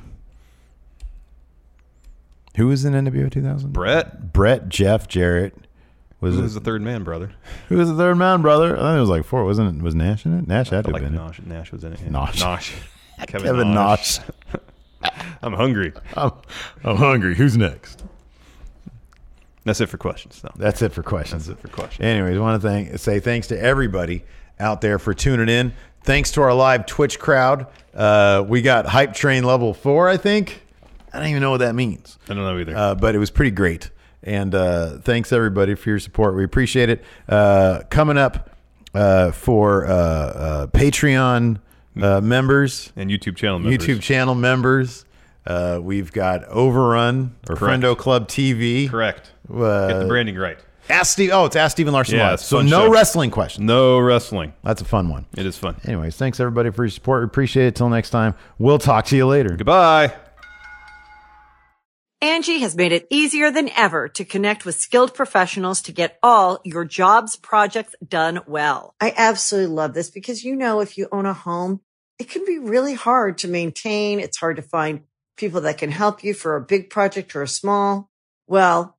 S3: Who was in NWO 2000?
S4: Brett,
S3: Brett, Jeff, Jarrett. Was
S4: who's
S3: it,
S4: the third man, brother?
S3: who was the third man, brother? I think it was like four, wasn't it? Was Nash in it? Nash had to have
S4: Like
S3: been in it.
S4: Nosh, Nash was in it. yeah.
S3: Nosh.
S4: Nosh. Kevin,
S3: Kevin
S4: Nosh.
S3: Nash.
S4: I'm hungry.
S3: I'm, I'm hungry. Who's next?
S4: That's it for questions, though.
S3: That's it for questions.
S4: That's it for questions.
S3: Anyways, want to thank say thanks to everybody out there for tuning in. Thanks to our live Twitch crowd. Uh, we got hype train level four, I think. I don't even know what that means,
S4: I don't know either.
S3: uh, but it was pretty great. And uh, thanks everybody for your support. We appreciate it. Uh, coming up, uh, for uh, uh, Patreon uh, members,
S4: and YouTube channel Mm. members.
S3: YouTube channel members. Uh, we've got Overrun or
S4: Correct.
S3: Friendo Club TV.
S4: Correct. Get
S3: Uh,
S4: the branding right.
S3: ask Steve. Oh, it's Ask Steven Larson
S4: Yeah,
S3: Live.
S4: it's a
S3: So
S4: fun
S3: no
S4: show.
S3: wrestling questions.
S4: No wrestling.
S3: That's a fun one.
S4: It is fun.
S3: Anyways, thanks everybody for your support. We appreciate it. Till next time, we'll talk to you later.
S4: Goodbye.
S5: Angie has made it easier than ever to connect with skilled professionals to get all your jobs projects done well. I absolutely love this because, you know, if you own a home, it can be really hard to maintain. It's hard to find people that can help you for a big project or a small. Well,